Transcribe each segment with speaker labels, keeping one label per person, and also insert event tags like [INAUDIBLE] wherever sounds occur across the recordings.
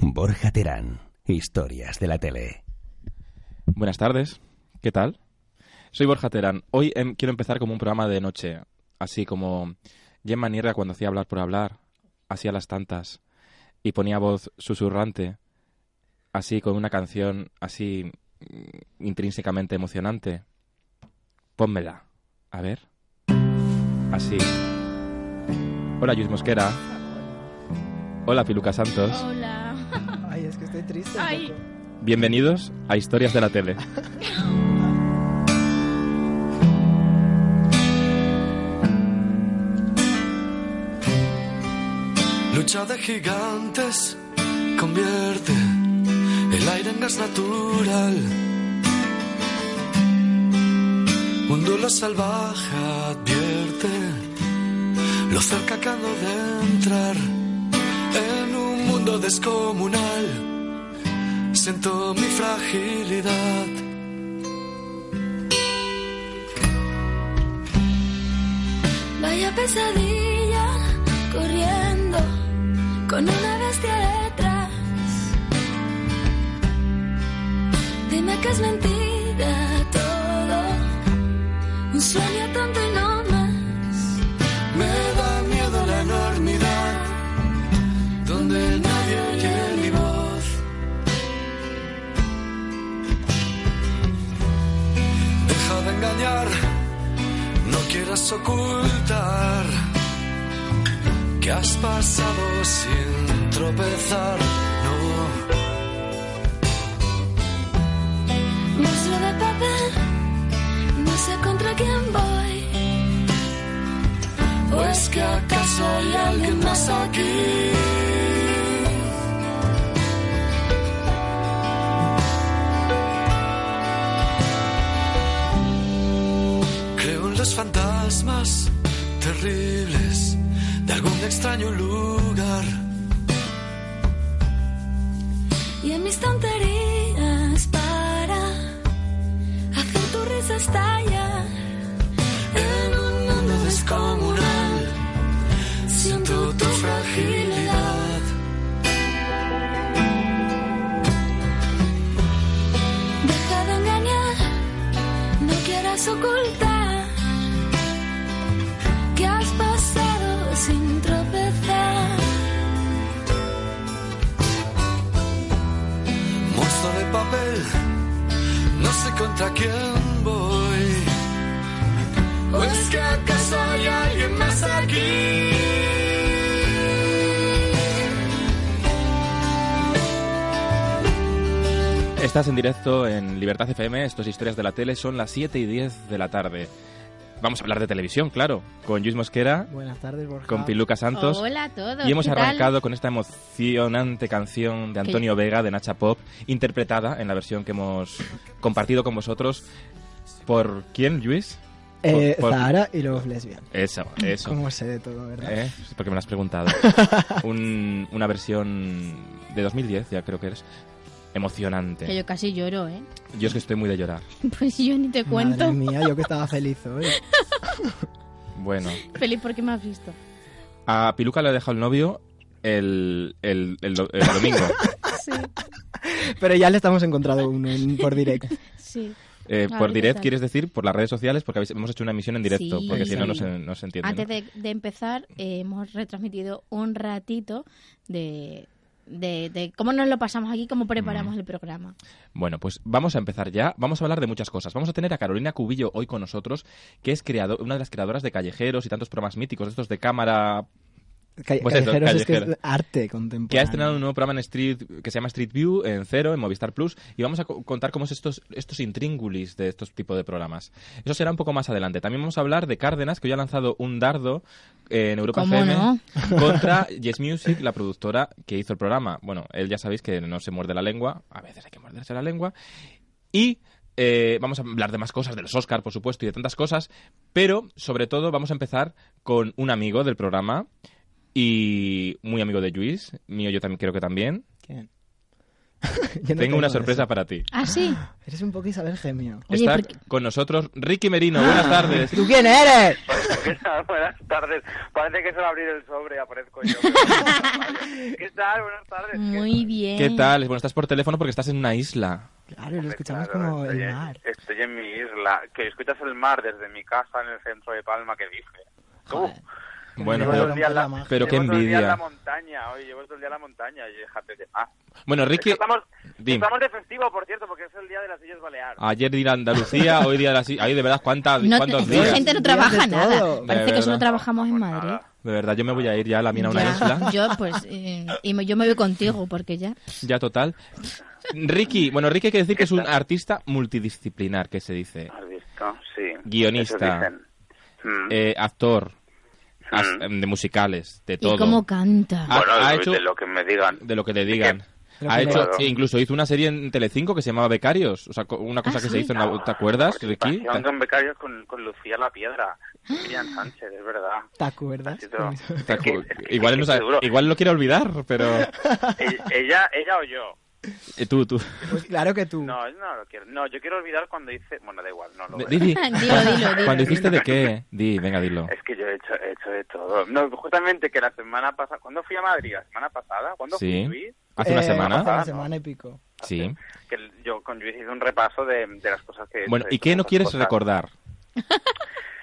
Speaker 1: Borja Terán, Historias de la Tele.
Speaker 2: Buenas tardes, ¿qué tal? Soy Borja Terán. Hoy em, quiero empezar como un programa de noche, así como Gemma Nierga cuando hacía hablar por hablar, hacía las tantas y ponía voz susurrante, así con una canción así mm, intrínsecamente emocionante. Pónmela, a ver. Así. Hola, Luis Mosquera. Hola, Piluca Santos.
Speaker 3: Hola.
Speaker 4: Ay, es que estoy triste. un
Speaker 3: Ay.
Speaker 4: poco.
Speaker 2: Bienvenidos a Historias de la Tele.
Speaker 5: Lucha de gigantes convierte el aire en gas natural. Mundo lo salvaje advierte lo cerca que ando de entrar en un mundo descomunal. Siento mi fragilidad.
Speaker 3: Vaya pesadilla corriendo con una bestia detrás. Dime que es mentira todo. Un sueño tonto y no más.
Speaker 5: Me da miedo la enormidad donde nadie oye mi voz. Deja de engañar, no quieras ocultar que has pasado sin tropezar. No,
Speaker 3: Monstruo de papel. No sé contra quién voy.
Speaker 5: ¿o es que acaso hay alguien más aquí? Creo en los fantasmas terribles de algún extraño lugar.
Speaker 3: Y en mis tonterías para hacer tu risa estallar en un mundo descomunal. Siento tu fragilidad. Deja de engañar, no quieras ocultar que has pasado sin tropezar.
Speaker 5: Monstruo de papel, no sé contra quién voy. ¿O es que acaso hay alguien más aquí?
Speaker 2: Estás en directo en Libertad FM, estos historias de la tele son las 7 y 10 de la tarde. Vamos a hablar de televisión, claro, con Luis Mosquera,
Speaker 4: Buenas tardes, Borja.
Speaker 2: con Piluca Santos.
Speaker 6: Ah. Hola a todos.
Speaker 2: Y hemos
Speaker 6: ¿qué tal?
Speaker 2: arrancado con esta emocionante canción de
Speaker 6: Que-
Speaker 2: Antonio Vega, de Nacha Pop, interpretada en la versión que hemos compartido con vosotros. ¿Por quién, Luis?
Speaker 4: Eh,
Speaker 2: Por- por-
Speaker 4: Zahara y luego lesbian.
Speaker 2: Eso, eso.
Speaker 4: ¿Cómo sé de todo, verdad?
Speaker 2: ¿Eh? Porque me lo has
Speaker 6: [LAUGHS]
Speaker 2: preguntado. Un- una versión de 2010, ya creo que eres.
Speaker 6: Que
Speaker 2: Emocionante.
Speaker 6: yo casi lloro, ¿eh? [LAUGHS]
Speaker 2: Yo es que estoy muy de llorar.
Speaker 6: Pues yo ni te cuento.
Speaker 4: Madre mía, yo que estaba feliz hoy.
Speaker 2: Bueno.
Speaker 6: Feliz porque me has visto.
Speaker 2: A Piluca le ha dejado el novio el, el, el do- el
Speaker 6: [LAUGHS]
Speaker 2: domingo.
Speaker 6: Sí,
Speaker 4: Pero ya le estamos encontrando uno en-
Speaker 2: [LAUGHS]
Speaker 4: por directo.
Speaker 2: Pues
Speaker 6: sí.
Speaker 2: Eh,
Speaker 6: A
Speaker 2: por
Speaker 6: ver,
Speaker 2: direct,
Speaker 6: ¿qué tal?
Speaker 2: quieres decir, por las redes sociales, porque habéis- hemos hecho una emisión en directo,
Speaker 6: Sí,
Speaker 2: porque si no,
Speaker 6: sí.
Speaker 2: no se, no se entiende.
Speaker 6: Antes
Speaker 2: ¿no?
Speaker 6: de, de empezar, eh, hemos retransmitido un ratito de, de, de cómo nos lo pasamos aquí, cómo preparamos
Speaker 2: Mm.
Speaker 6: el programa.
Speaker 2: Bueno, pues vamos a empezar ya. Vamos a hablar de muchas cosas. Vamos a tener a Carolina Cubillo hoy con nosotros, que es creado, una de las creadoras de Callejeros y tantos programas míticos, de estos de cámara,
Speaker 4: Calle-
Speaker 2: Pues eso,
Speaker 4: callejeros es que es
Speaker 2: callejero.
Speaker 4: arte
Speaker 2: que ha
Speaker 4: contemporáneo.
Speaker 2: estrenado
Speaker 4: [LAUGHS]
Speaker 2: un nuevo programa en Street que se llama Street View en Cero, en Movistar Plus, y vamos a co- contar cómo es estos, estos intríngulis de estos tipos de programas. Eso será un poco más adelante. También vamos a hablar de Cárdenas, que hoy ha lanzado un dardo eh, en Europa
Speaker 6: ¿Cómo
Speaker 2: FM
Speaker 6: no?
Speaker 2: contra Yes Music, la productora que hizo el programa. Bueno, él ya sabéis que no se muerde la lengua, a veces hay que morderse la lengua. Y eh, vamos a hablar de más cosas, de los Oscar, por supuesto, y de tantas cosas, pero sobre todo vamos a empezar con un amigo del programa y muy amigo de Luis, mío yo también creo que también,
Speaker 4: ¿Quién? Yo no
Speaker 2: Tengo una
Speaker 4: eso.
Speaker 2: sorpresa para ti.
Speaker 6: ¿Ah, sí?
Speaker 4: Eres un poco Isabel Gemio.
Speaker 6: Oye,
Speaker 2: Está
Speaker 6: ¿por qué? Ah.
Speaker 2: con nosotros Ricky Merino. Buenas tardes.
Speaker 4: ¿Tú quién eres?
Speaker 7: ¿Qué tal? [LAUGHS] Buenas tardes. Parece que se va a abrir el sobre y aparezco yo. pero- ¿Qué tal? Buenas tardes.
Speaker 6: Muy bien.
Speaker 2: ¿Qué tal? Bueno, estás por teléfono porque estás en una isla.
Speaker 4: Claro, lo
Speaker 7: Hombre,
Speaker 4: escuchamos
Speaker 7: claro,
Speaker 4: como
Speaker 7: estoy
Speaker 4: el
Speaker 7: en-
Speaker 4: mar.
Speaker 7: Estoy en mi isla. Que escuchas el mar desde mi casa en el centro de Palma que dije. Tú.
Speaker 2: Bueno,
Speaker 7: llevo
Speaker 4: Llevo
Speaker 2: pero,
Speaker 7: dos
Speaker 4: la-
Speaker 7: días
Speaker 4: la-
Speaker 2: pero qué
Speaker 7: llevo dos días en
Speaker 2: envidia.
Speaker 7: la montaña. Hoy llevo todo el día en la montaña y déjate de más.
Speaker 2: Bueno,
Speaker 7: Es que
Speaker 2: Ricky,
Speaker 7: estamos,
Speaker 2: dime. Ah.
Speaker 7: estamos de festivo, por cierto, porque es el día de las Islas Baleares.
Speaker 2: ayer día de Andalucía, [LAUGHS] hoy día de las islas. Ay, de verdad, ¿cuántas,
Speaker 6: No,
Speaker 2: ¿cuántos
Speaker 6: esta
Speaker 2: días?
Speaker 6: gente no
Speaker 4: Días
Speaker 6: trabaja
Speaker 4: de
Speaker 6: nada.
Speaker 4: todo.
Speaker 6: Parece
Speaker 2: De
Speaker 6: que solo
Speaker 2: verdad.
Speaker 6: trabajamos en
Speaker 7: Pues
Speaker 6: Madrid.
Speaker 7: nada.
Speaker 2: De verdad, yo me voy a ir ya a la mina a una
Speaker 6: Ya,
Speaker 2: isla.
Speaker 6: [LAUGHS] Yo, pues, eh, y me- yo me voy contigo porque ya.
Speaker 2: [LAUGHS] Ya total. Ricky, bueno, Ricky hay que decir que es un artista multidisciplinar, que se dice.
Speaker 7: ¿Has visto? Sí.
Speaker 2: Guionista.
Speaker 7: Eso dicen. Mm.
Speaker 2: Eh, actor, as-
Speaker 7: Mm.
Speaker 2: de musicales, de todo.
Speaker 6: ¿Y cómo canta?
Speaker 2: Ah, ha-
Speaker 7: bueno,
Speaker 2: ha
Speaker 7: de-
Speaker 2: hecho-
Speaker 7: de lo que me digan.
Speaker 2: de lo que le
Speaker 7: [LAUGHS]
Speaker 2: digan.
Speaker 4: Lo
Speaker 2: Ha
Speaker 4: que
Speaker 2: hecho,
Speaker 7: le-
Speaker 2: incluso hizo una serie en Telecinco que se llamaba Becarios, o sea, co- una cosa
Speaker 6: Ah,
Speaker 2: que
Speaker 6: sí.
Speaker 2: se hizo en la... ¿Te acuerdas,
Speaker 7: Pues,
Speaker 2: Ricky?
Speaker 7: Participación con becarios con, con Lucía La Piedra. Miriam Sánchez, es verdad.
Speaker 4: ¿Te acuerdas?
Speaker 7: Sí, pero-
Speaker 2: Te- te
Speaker 7: Es [LAUGHS] que-
Speaker 2: acu-
Speaker 7: es que-
Speaker 2: Igual,
Speaker 7: es
Speaker 2: no
Speaker 7: que
Speaker 2: sabe-
Speaker 7: seguro.
Speaker 2: igual lo quiere olvidar, pero
Speaker 7: [LAUGHS] E- Ella, ella o yo.
Speaker 2: eh, tú, tú.
Speaker 4: Pues claro que tú.
Speaker 7: No, no lo quiero. No, yo quiero olvidar cuando hice. Bueno, da igual, no lo voy a-
Speaker 2: Di, di.
Speaker 6: [LAUGHS] Dilo, dilo, dilo.
Speaker 2: ¿Cuando hiciste de qué? Di, venga, dilo.
Speaker 7: Es que yo he hecho, he hecho de todo. No, justamente que la semana pasada. ¿Cuándo fui a Madrid? ¿La semana pasada? ¿Cuándo
Speaker 2: Sí.
Speaker 7: fui? Luis?
Speaker 2: ¿Hace una
Speaker 4: Eh, Hace
Speaker 7: Ah,
Speaker 2: semana?
Speaker 4: una semana y pico.
Speaker 2: Sí.
Speaker 7: Que el- yo con Luis hice un repaso de, de las cosas que. he hecho,
Speaker 2: Bueno,
Speaker 7: he
Speaker 2: ¿y
Speaker 7: hecho
Speaker 2: qué no
Speaker 7: muchas
Speaker 2: quieres
Speaker 7: cosas.
Speaker 2: recordar?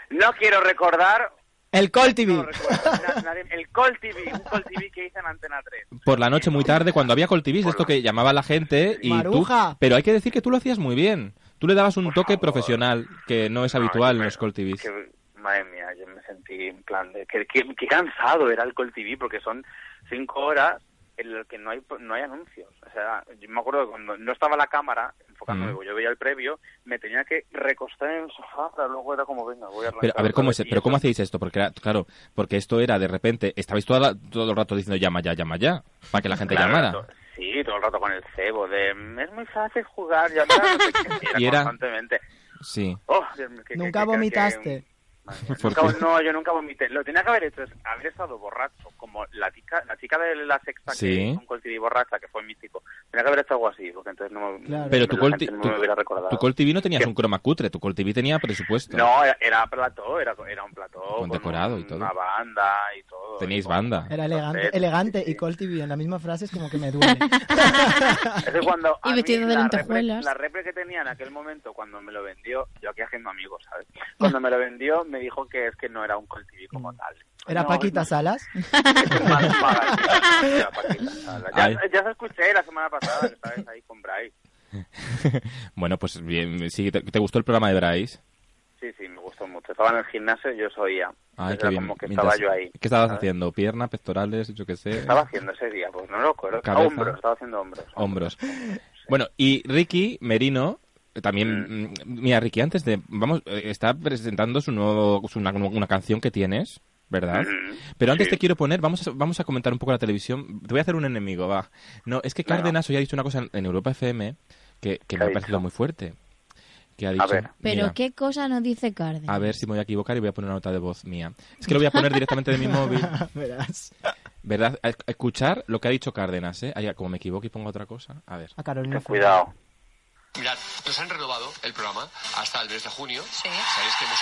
Speaker 7: No quiero recordar.
Speaker 4: El Col
Speaker 7: no
Speaker 4: TV.
Speaker 7: recuerdo, na- nadie- el Call TV, un Call TV que hice en Antena 3.
Speaker 2: Por la noche muy tarde, cuando había coltivis,
Speaker 7: Por
Speaker 2: esto
Speaker 7: la-
Speaker 2: que llamaba a la gente y tú...
Speaker 4: Maruja.
Speaker 2: Pero hay que decir que tú lo hacías muy bien. Tú le dabas un
Speaker 7: Por
Speaker 2: toque
Speaker 7: favor.
Speaker 2: profesional que no es
Speaker 7: No,
Speaker 2: habitual
Speaker 7: yo
Speaker 2: en
Speaker 7: me-
Speaker 2: los coltivis.
Speaker 7: que- madre mía, yo me sentí en plan de... Qué que, que cansado era el Call TV porque son cinco horas en las que no hay, no hay anuncios. O sea, yo me acuerdo que cuando no estaba la cámara enfocándome,
Speaker 2: Mm.
Speaker 7: yo veía el previo, me tenía que recostar en el sofá, pero luego era como, venga, voy a arrancar
Speaker 2: Pero a ver
Speaker 7: otra
Speaker 2: cómo
Speaker 7: vez.
Speaker 2: es,
Speaker 7: Y
Speaker 2: pero cómo
Speaker 7: eso-
Speaker 2: hacéis esto, porque era- claro, porque esto era de repente, estabais toda la- todo el rato diciendo llama ya, llama ya, para que la gente
Speaker 7: Claro,
Speaker 2: llamara.
Speaker 7: to- Sí, todo el rato con el cebo de... Es muy fácil jugar, ya está", no sé
Speaker 2: [LAUGHS]
Speaker 7: qué,
Speaker 2: Y era-
Speaker 7: constantemente.
Speaker 2: Sí.
Speaker 7: Oh, Dios mío, que- que- que-
Speaker 4: Nunca
Speaker 7: que- que-
Speaker 4: vomitaste.
Speaker 7: Madre mía,
Speaker 2: [LAUGHS] ¿Por
Speaker 7: nunca-
Speaker 2: qué?
Speaker 7: no, yo nunca vomité. Lo que tenía que haber hecho es haber estado borracho, como la chica, la chica de la sexta
Speaker 2: Sí.
Speaker 7: que hizo un coltiví borracha, que fue mítico. Tenía que haber hecho algo así, porque entonces no me,
Speaker 4: Claro.
Speaker 2: Pero
Speaker 7: la
Speaker 2: tu
Speaker 7: gente
Speaker 2: Colti-
Speaker 7: no
Speaker 2: tu-
Speaker 7: me hubiera recordado.
Speaker 2: Tu Call TV no tenías
Speaker 7: ¿Qué?
Speaker 2: un croma cutre, tu Call TV tenía presupuesto.
Speaker 7: no, era, era plató, era, era un plató.
Speaker 2: Con decorado y todo.
Speaker 7: Una banda y todo.
Speaker 2: Teníais
Speaker 7: Y con-
Speaker 2: banda.
Speaker 4: Era elegante,
Speaker 7: Perfecto,
Speaker 4: elegante
Speaker 7: sí,
Speaker 4: y
Speaker 7: sí.
Speaker 4: Col TV en la misma frase es como que
Speaker 7: [LAUGHS]
Speaker 4: me duele.
Speaker 7: Es que cuando
Speaker 6: [LAUGHS]
Speaker 7: a
Speaker 6: Y
Speaker 7: mí
Speaker 6: vestido de
Speaker 7: la
Speaker 6: lentejuelas.
Speaker 7: repre- La repre que tenía en aquel momento cuando me lo vendió, yo aquí haciendo amigos, ¿sabes? Cuando me lo vendió me dijo que es que no era un coltiví como tal.
Speaker 4: Mm. Era
Speaker 7: No,
Speaker 4: Paquita
Speaker 7: no.
Speaker 4: Salas. [LAUGHS]
Speaker 7: Mal pagas, ya, ya, Paquita Sala. Ya-
Speaker 2: Ay.
Speaker 7: ya os escuché la semana pasada, que estabais ahí con Bryce.
Speaker 2: Bueno, pues bien, sí, ¿te, te gustó el programa de Bryce?
Speaker 7: Sí, sí, me gustó mucho. Estaba en el gimnasio y yo os oía.
Speaker 2: Ay,
Speaker 7: Entonces
Speaker 2: qué
Speaker 7: era
Speaker 2: bien.
Speaker 7: como que
Speaker 2: Mientras-
Speaker 7: estaba yo ahí.
Speaker 2: ¿Qué estabas
Speaker 7: ¿sabes?
Speaker 2: haciendo? ¿Pierna, pectorales, yo qué sé?
Speaker 7: ¿Qué estaba haciendo ese día? Pues no lo recuerdo.
Speaker 2: Cabeza. Oh,
Speaker 7: Hombros, estaba haciendo hombros. [LAUGHS]
Speaker 2: Hombros. Bueno, y Ricky Merino eh, también, mm, mira Ricky, antes de, vamos, eh, está presentando su nuevo, su- una, una canción que tienes, ¿verdad?
Speaker 7: Ujú,
Speaker 2: Pero antes
Speaker 7: Mm-hmm. sí.
Speaker 2: te quiero poner, vamos a, vamos a comentar un poco la televisión. Te voy a hacer un enemigo, va. No, es que
Speaker 7: Venga.
Speaker 2: Cárdenas hoy ha dicho una cosa en- en Europa FM que, que
Speaker 7: ¿Qué
Speaker 2: me
Speaker 7: ha
Speaker 2: ha parecido muy fuerte. Que ha dicho,
Speaker 7: ver.
Speaker 6: Pero
Speaker 2: mira,
Speaker 6: qué cosa nos dice Cárdenas.
Speaker 2: a ver si me voy a equivocar y voy a poner una nota de voz mía. Es que lo voy a poner directamente
Speaker 4: [LAUGHS]
Speaker 2: de mi móvil.
Speaker 4: Ah, Verás.
Speaker 2: ¿Verdad? A- a Escuchar lo que ha dicho Cárdenas, ¿eh? Ay, como me equivoco y pongo otra cosa. A ver.
Speaker 4: A Carolina.
Speaker 7: Ten cuidado.
Speaker 8: Mirad, nos han renovado el programa hasta el mes de junio. Sabéis que hemos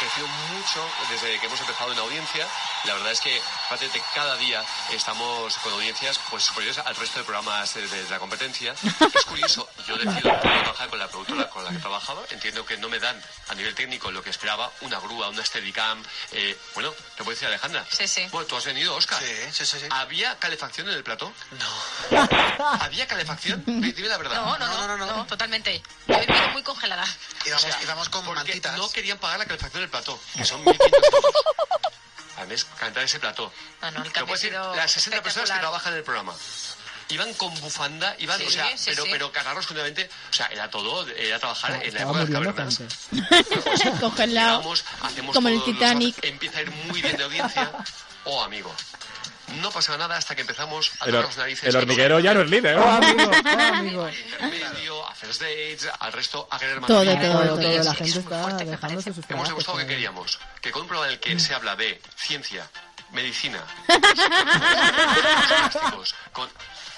Speaker 8: crecido mucho desde que hemos empezado en audiencia. La verdad es que prácticamente cada día estamos con audiencias pues superiores al resto de programas eh, de, la competencia. Es curioso, yo decido no trabajar con la productora con la que trabajaba. Entiendo que no me dan a nivel técnico lo que esperaba, una grúa, una steadicam. eh, bueno, te puedo decir Alejandra.
Speaker 9: Sí, sí.
Speaker 8: Bueno, tú has venido, Oscar.
Speaker 9: sí, sí, sí.
Speaker 8: ¿Había calefacción en el plató? No. ¿Había calefacción? Dime la verdad.
Speaker 9: No, no, no, no, no, totalmente. Yo he vivido muy congelada.
Speaker 8: Íbamos,
Speaker 9: íbamos
Speaker 8: con
Speaker 9: mantitas.
Speaker 8: No querían pagar la calefacción del plató, que son 1.500 euros. Al mes, cantar ese plató.
Speaker 9: No, no, el
Speaker 8: Te
Speaker 9: cambio
Speaker 8: puedo
Speaker 9: ha
Speaker 8: decir,
Speaker 9: sido
Speaker 8: las 60 personas que
Speaker 9: espectacular.
Speaker 8: trabajan en el programa. Iban con bufanda, iban,
Speaker 9: Sí,
Speaker 8: o sea,
Speaker 9: sí,
Speaker 8: pero,
Speaker 9: sí.
Speaker 8: pero cagarros continuamente. O sea, era todo, era trabajar en la
Speaker 4: Ah, Estaba
Speaker 8: época de las
Speaker 4: muriendo
Speaker 8: cavernas.
Speaker 4: gente.
Speaker 6: Congelado.
Speaker 8: Llegamos, hacemos
Speaker 6: Como en el
Speaker 8: todos los
Speaker 6: Titanic.
Speaker 8: horas, empieza a ir muy bien de audiencia. Oh, amigo. No pasaba nada hasta que empezamos a
Speaker 2: El,
Speaker 8: tocar
Speaker 2: hor-
Speaker 8: las narices.
Speaker 2: el hormiguero ya no es líder. ¿eh?
Speaker 4: Oh, amigo, oh, amigo.
Speaker 8: Intermedio, a first dates, al resto, a querer
Speaker 6: Todo,
Speaker 8: matrimonio.
Speaker 6: todo,
Speaker 4: Todo, todo,
Speaker 6: es-
Speaker 4: la
Speaker 9: es
Speaker 4: gente
Speaker 9: muy
Speaker 4: está
Speaker 9: fuerte, me parece.
Speaker 4: dejándose sus
Speaker 8: Hemos
Speaker 4: pedazos,
Speaker 8: demostrado que
Speaker 4: joder.
Speaker 8: queríamos que con un programa en el que se habla de ciencia, medicina, con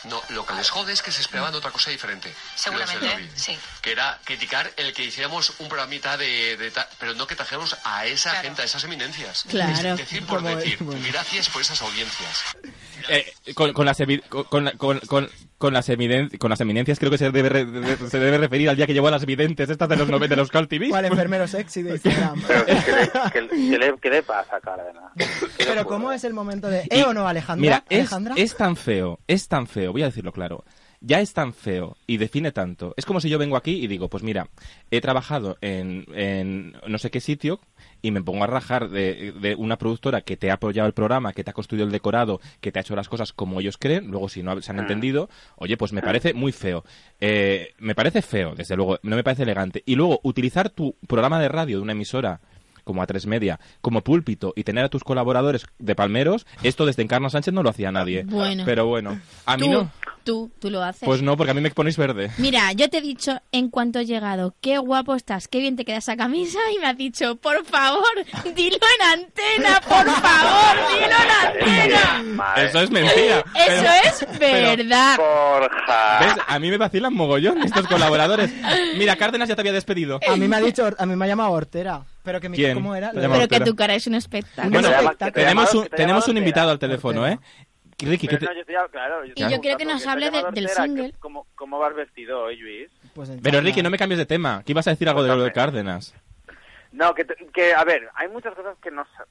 Speaker 8: No, lo que les jode es que se esperaban otra cosa diferente.
Speaker 9: Seguramente,
Speaker 8: Los del David.
Speaker 9: sí.
Speaker 8: Que era criticar el que hiciéramos un programita de... de ta- pero no que trajéramos a esa
Speaker 9: Claro.
Speaker 8: gente, a esas eminencias.
Speaker 6: Claro.
Speaker 8: Es decir por
Speaker 4: Como-
Speaker 8: decir,
Speaker 4: bueno.
Speaker 8: gracias por esas audiencias.
Speaker 2: [LAUGHS] Eh, con, con las evi- con, con- con- con las eviden- con las eminencias creo que se debe, re- de- se debe referir al día que llevó a las videntes estas de los noven- de los Call TV.
Speaker 4: ¿Cuál enfermero sexy de Instagram?
Speaker 7: Pero, ¿qué, le, qué le- qué le- qué le pasa,
Speaker 2: [LAUGHS]
Speaker 7: Cárdenas? ¿Qué le
Speaker 4: Pero
Speaker 7: ocurre?
Speaker 4: ¿cómo es el momento de...
Speaker 2: Y-
Speaker 4: ¿Eh o no, Alejandra?
Speaker 2: Mira, es,
Speaker 4: ¿Alejandra?
Speaker 2: es tan feo, es tan feo, voy a decirlo claro. Ya es tan feo y define tanto. Es como si yo vengo aquí y digo, pues mira, he trabajado en, en no sé qué sitio y me pongo a rajar de, de una productora que te ha apoyado el programa, que te ha construido el decorado, que te ha hecho las cosas como ellos creen, luego si no se han entendido, oye, pues me parece muy feo. Eh, me parece feo, desde luego, no me parece elegante. Y luego, utilizar tu programa de radio de una emisora como a tres media, como púlpito y tener a tus colaboradores de palmeros, esto desde Encarna Sánchez no lo hacía nadie.
Speaker 6: Bueno.
Speaker 2: Pero bueno, a mí
Speaker 6: tú,
Speaker 2: no.
Speaker 6: tú, tú lo haces.
Speaker 2: Pues no, porque a mí me ponéis verde.
Speaker 6: Mira, yo te he dicho en cuanto he llegado, qué guapo estás, qué bien te queda esa camisa y me has dicho, por favor, [LAUGHS] dilo en antena, por favor, dilo en antena.
Speaker 7: Madre,
Speaker 2: Eso es mentira.
Speaker 6: [LAUGHS] Eso
Speaker 2: Pero-
Speaker 6: es verdad.
Speaker 7: Borja.
Speaker 2: ¿Ves? A mí me vacilan mogollón estos colaboradores. Mira, Cárdenas ya te había despedido.
Speaker 4: A mí me ha dicho... A mí me ha llamado Hortera. Pero que mi...
Speaker 2: ¿Quién?
Speaker 4: ¿Cómo era?
Speaker 2: Te ha
Speaker 4: Lo-
Speaker 2: llamado-
Speaker 6: Pero que
Speaker 2: Pero-
Speaker 6: tu cara es un espectáculo.
Speaker 2: Bueno,
Speaker 4: Te llama-
Speaker 7: te
Speaker 2: tenemos
Speaker 7: llama-
Speaker 2: un,
Speaker 7: te
Speaker 2: tenemos un
Speaker 7: llama
Speaker 2: invitado al
Speaker 7: Ortega.
Speaker 2: teléfono, ¿eh?
Speaker 4: Ortega.
Speaker 2: Ricky, ¿qué
Speaker 7: Pero
Speaker 2: te-
Speaker 7: no, yo estoy- claro, yo estoy
Speaker 6: Y yo
Speaker 7: preguntando
Speaker 6: quiero que nos
Speaker 7: porque te
Speaker 6: hable
Speaker 7: llama
Speaker 6: de- del
Speaker 7: Dorcera,
Speaker 6: single.
Speaker 7: que- ¿Cómo, ¿Cómo vas vestido hoy, Luis?
Speaker 4: Pues en
Speaker 2: Pero
Speaker 4: China.
Speaker 2: Ricky, no me cambies de tema. Que ibas a decir algo de lo de Cárdenas.
Speaker 7: No, que, te- que, a ver, hay muchas cosas que no sa-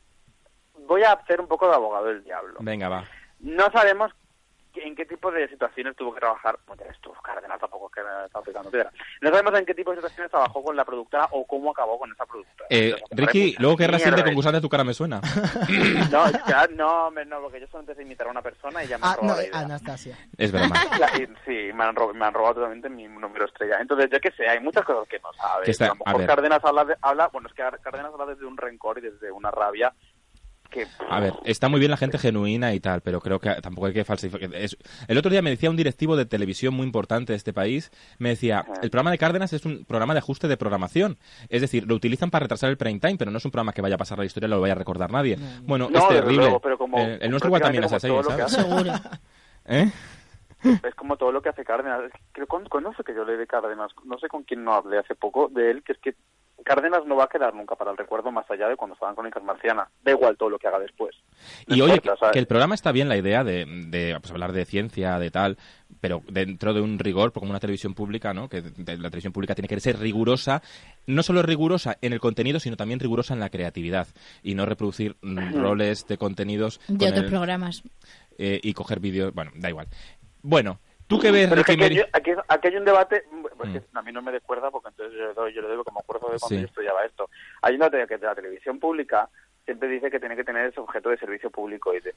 Speaker 7: Voy a hacer un poco de abogado del diablo.
Speaker 2: Venga, va.
Speaker 7: No sabemos que- en qué tipo de situaciones tuvo que trabajar. Bueno, eres tú, Cárdenas, tampoco es que me está picando piedra. No sabemos en qué tipo de situaciones trabajó con la productora o cómo acabó con esa productora.
Speaker 2: Eh,
Speaker 7: Entonces, hay
Speaker 2: Ricky,
Speaker 7: muchas
Speaker 2: luego querrás irte
Speaker 7: mierdas.
Speaker 2: con gusante tu cara me suena.
Speaker 7: [LAUGHS]
Speaker 2: [LAUGHS]
Speaker 7: No, ya, no, hombre, no, porque yo solamente sé imitar a una persona y ya me han
Speaker 4: Ah, no,
Speaker 7: robado la
Speaker 4: eh,
Speaker 7: idea.
Speaker 4: Anastasia.
Speaker 2: Es broma.
Speaker 7: [LAUGHS] La- y- sí, me han, rob- me han robado totalmente mi número estrella. Entonces, yo qué sé, hay muchas cosas que no sabes.
Speaker 2: Que está-
Speaker 7: a lo
Speaker 2: a
Speaker 7: mejor
Speaker 2: ver.
Speaker 7: Cárdenas habla, de- habla, bueno, es que Cárdenas habla desde un rencor y desde una rabia que...
Speaker 2: A ver, está muy bien la gente genuina y tal, pero creo que tampoco hay que falsificar. es- El otro día me decía un directivo de televisión muy importante de este país, me decía, el programa de Cárdenas es un programa de ajuste de programación. Es decir, lo utilizan para retrasar el prime time, pero no es un programa que vaya a pasar la historia, lo vaya a recordar nadie. Bueno,
Speaker 7: No,
Speaker 2: es
Speaker 7: desde
Speaker 2: terrible.
Speaker 7: luego, pero como-
Speaker 2: Eh, el nuestro igual también es así,
Speaker 7: prácticamente como
Speaker 2: ¿sabes?
Speaker 7: todo lo
Speaker 6: Seguro.
Speaker 2: ¿Eh?
Speaker 7: Es como todo lo que hace Cárdenas. Es que Creo, ¿cuándo, cuándo fue que yo leí de Cárdenas? No sé con quién no hablé hace poco de él, que es que Cárdenas no va a quedar nunca para el recuerdo más allá de cuando estaban con Incas Marciana. Da igual todo lo que haga después. No
Speaker 2: Y oye, que,
Speaker 7: importa, ¿sabes?
Speaker 2: que el programa está bien, la idea de, de, pues, hablar de ciencia, de tal, pero dentro de un rigor, como una televisión pública, ¿no? Que de- la televisión pública tiene que ser rigurosa, no solo rigurosa en el contenido, sino también rigurosa en la creatividad. Y no reproducir mm, roles de contenidos
Speaker 6: De
Speaker 2: con
Speaker 6: otros
Speaker 2: el-
Speaker 6: programas.
Speaker 2: eh, y coger vídeos. Bueno, da igual. Bueno, tú que ves,
Speaker 7: Pero es que
Speaker 2: Ricky
Speaker 7: aquí,
Speaker 2: Meri-
Speaker 7: hay- aquí, aquí hay un debate, pues que
Speaker 2: Mm.
Speaker 7: a mí no me recuerda porque entonces yo le doy, yo le doy como acuerdo de cuando
Speaker 2: Sí.
Speaker 7: yo estudiaba esto. Hay una teoría que de la televisión pública siempre dice que tiene que tener ese objeto de servicio público y de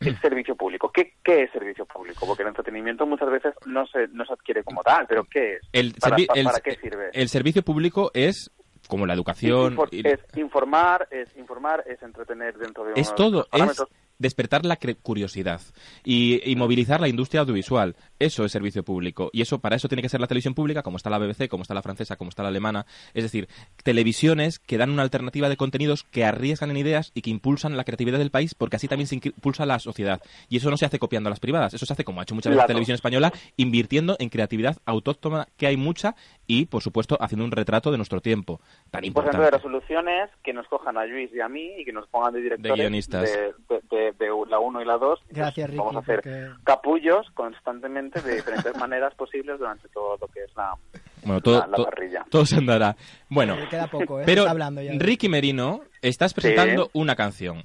Speaker 2: Mm.
Speaker 7: el servicio público. ¿Qué, ¿Qué es servicio público? Porque el entretenimiento muchas veces no se, no se adquiere como tal, pero ¿qué es?
Speaker 2: el,
Speaker 7: ¿Para,
Speaker 2: servi-
Speaker 7: para-
Speaker 2: el-
Speaker 7: para qué sirve?
Speaker 2: el servicio público es como la educación.
Speaker 7: Infor-
Speaker 2: y-
Speaker 7: es informar, es informar, es entretener dentro de
Speaker 2: es
Speaker 7: unos
Speaker 2: todo, es
Speaker 7: parámetros. Pues,
Speaker 2: despertar la cre- curiosidad y, y movilizar la industria audiovisual. Eso es servicio público. Y eso para eso tiene que ser la televisión pública, como está la BBC, como está la francesa, como está la alemana. Es decir, televisiones que dan una alternativa de contenidos que arriesgan en ideas y que impulsan la creatividad del país porque así también se inqui- impulsa la sociedad. Y eso no se hace copiando a las privadas, eso se hace como ha hecho muchas veces la
Speaker 7: Claro.
Speaker 2: televisión española, invirtiendo en creatividad autóctona que hay mucha y, por supuesto, haciendo un retrato de nuestro tiempo. Tan
Speaker 7: Por ejemplo, de
Speaker 2: importante.
Speaker 7: las soluciones que nos cojan a Luis y a mí y que nos pongan de directores
Speaker 2: De guionistas.
Speaker 7: de, de- de- de la 1 y la 2.
Speaker 4: Gracias, Ricky.
Speaker 7: Vamos a hacer
Speaker 4: porque-
Speaker 7: capullos constantemente de diferentes [LAUGHS] maneras posibles durante todo lo que es la,
Speaker 2: Bueno, todo,
Speaker 7: la, la
Speaker 2: to-
Speaker 7: parrilla.
Speaker 2: todo se andará. Bueno,
Speaker 4: porque queda poco, ¿eh?
Speaker 2: Pero
Speaker 4: Está hablando ya.
Speaker 2: Ricky Merino, estás presentando una canción.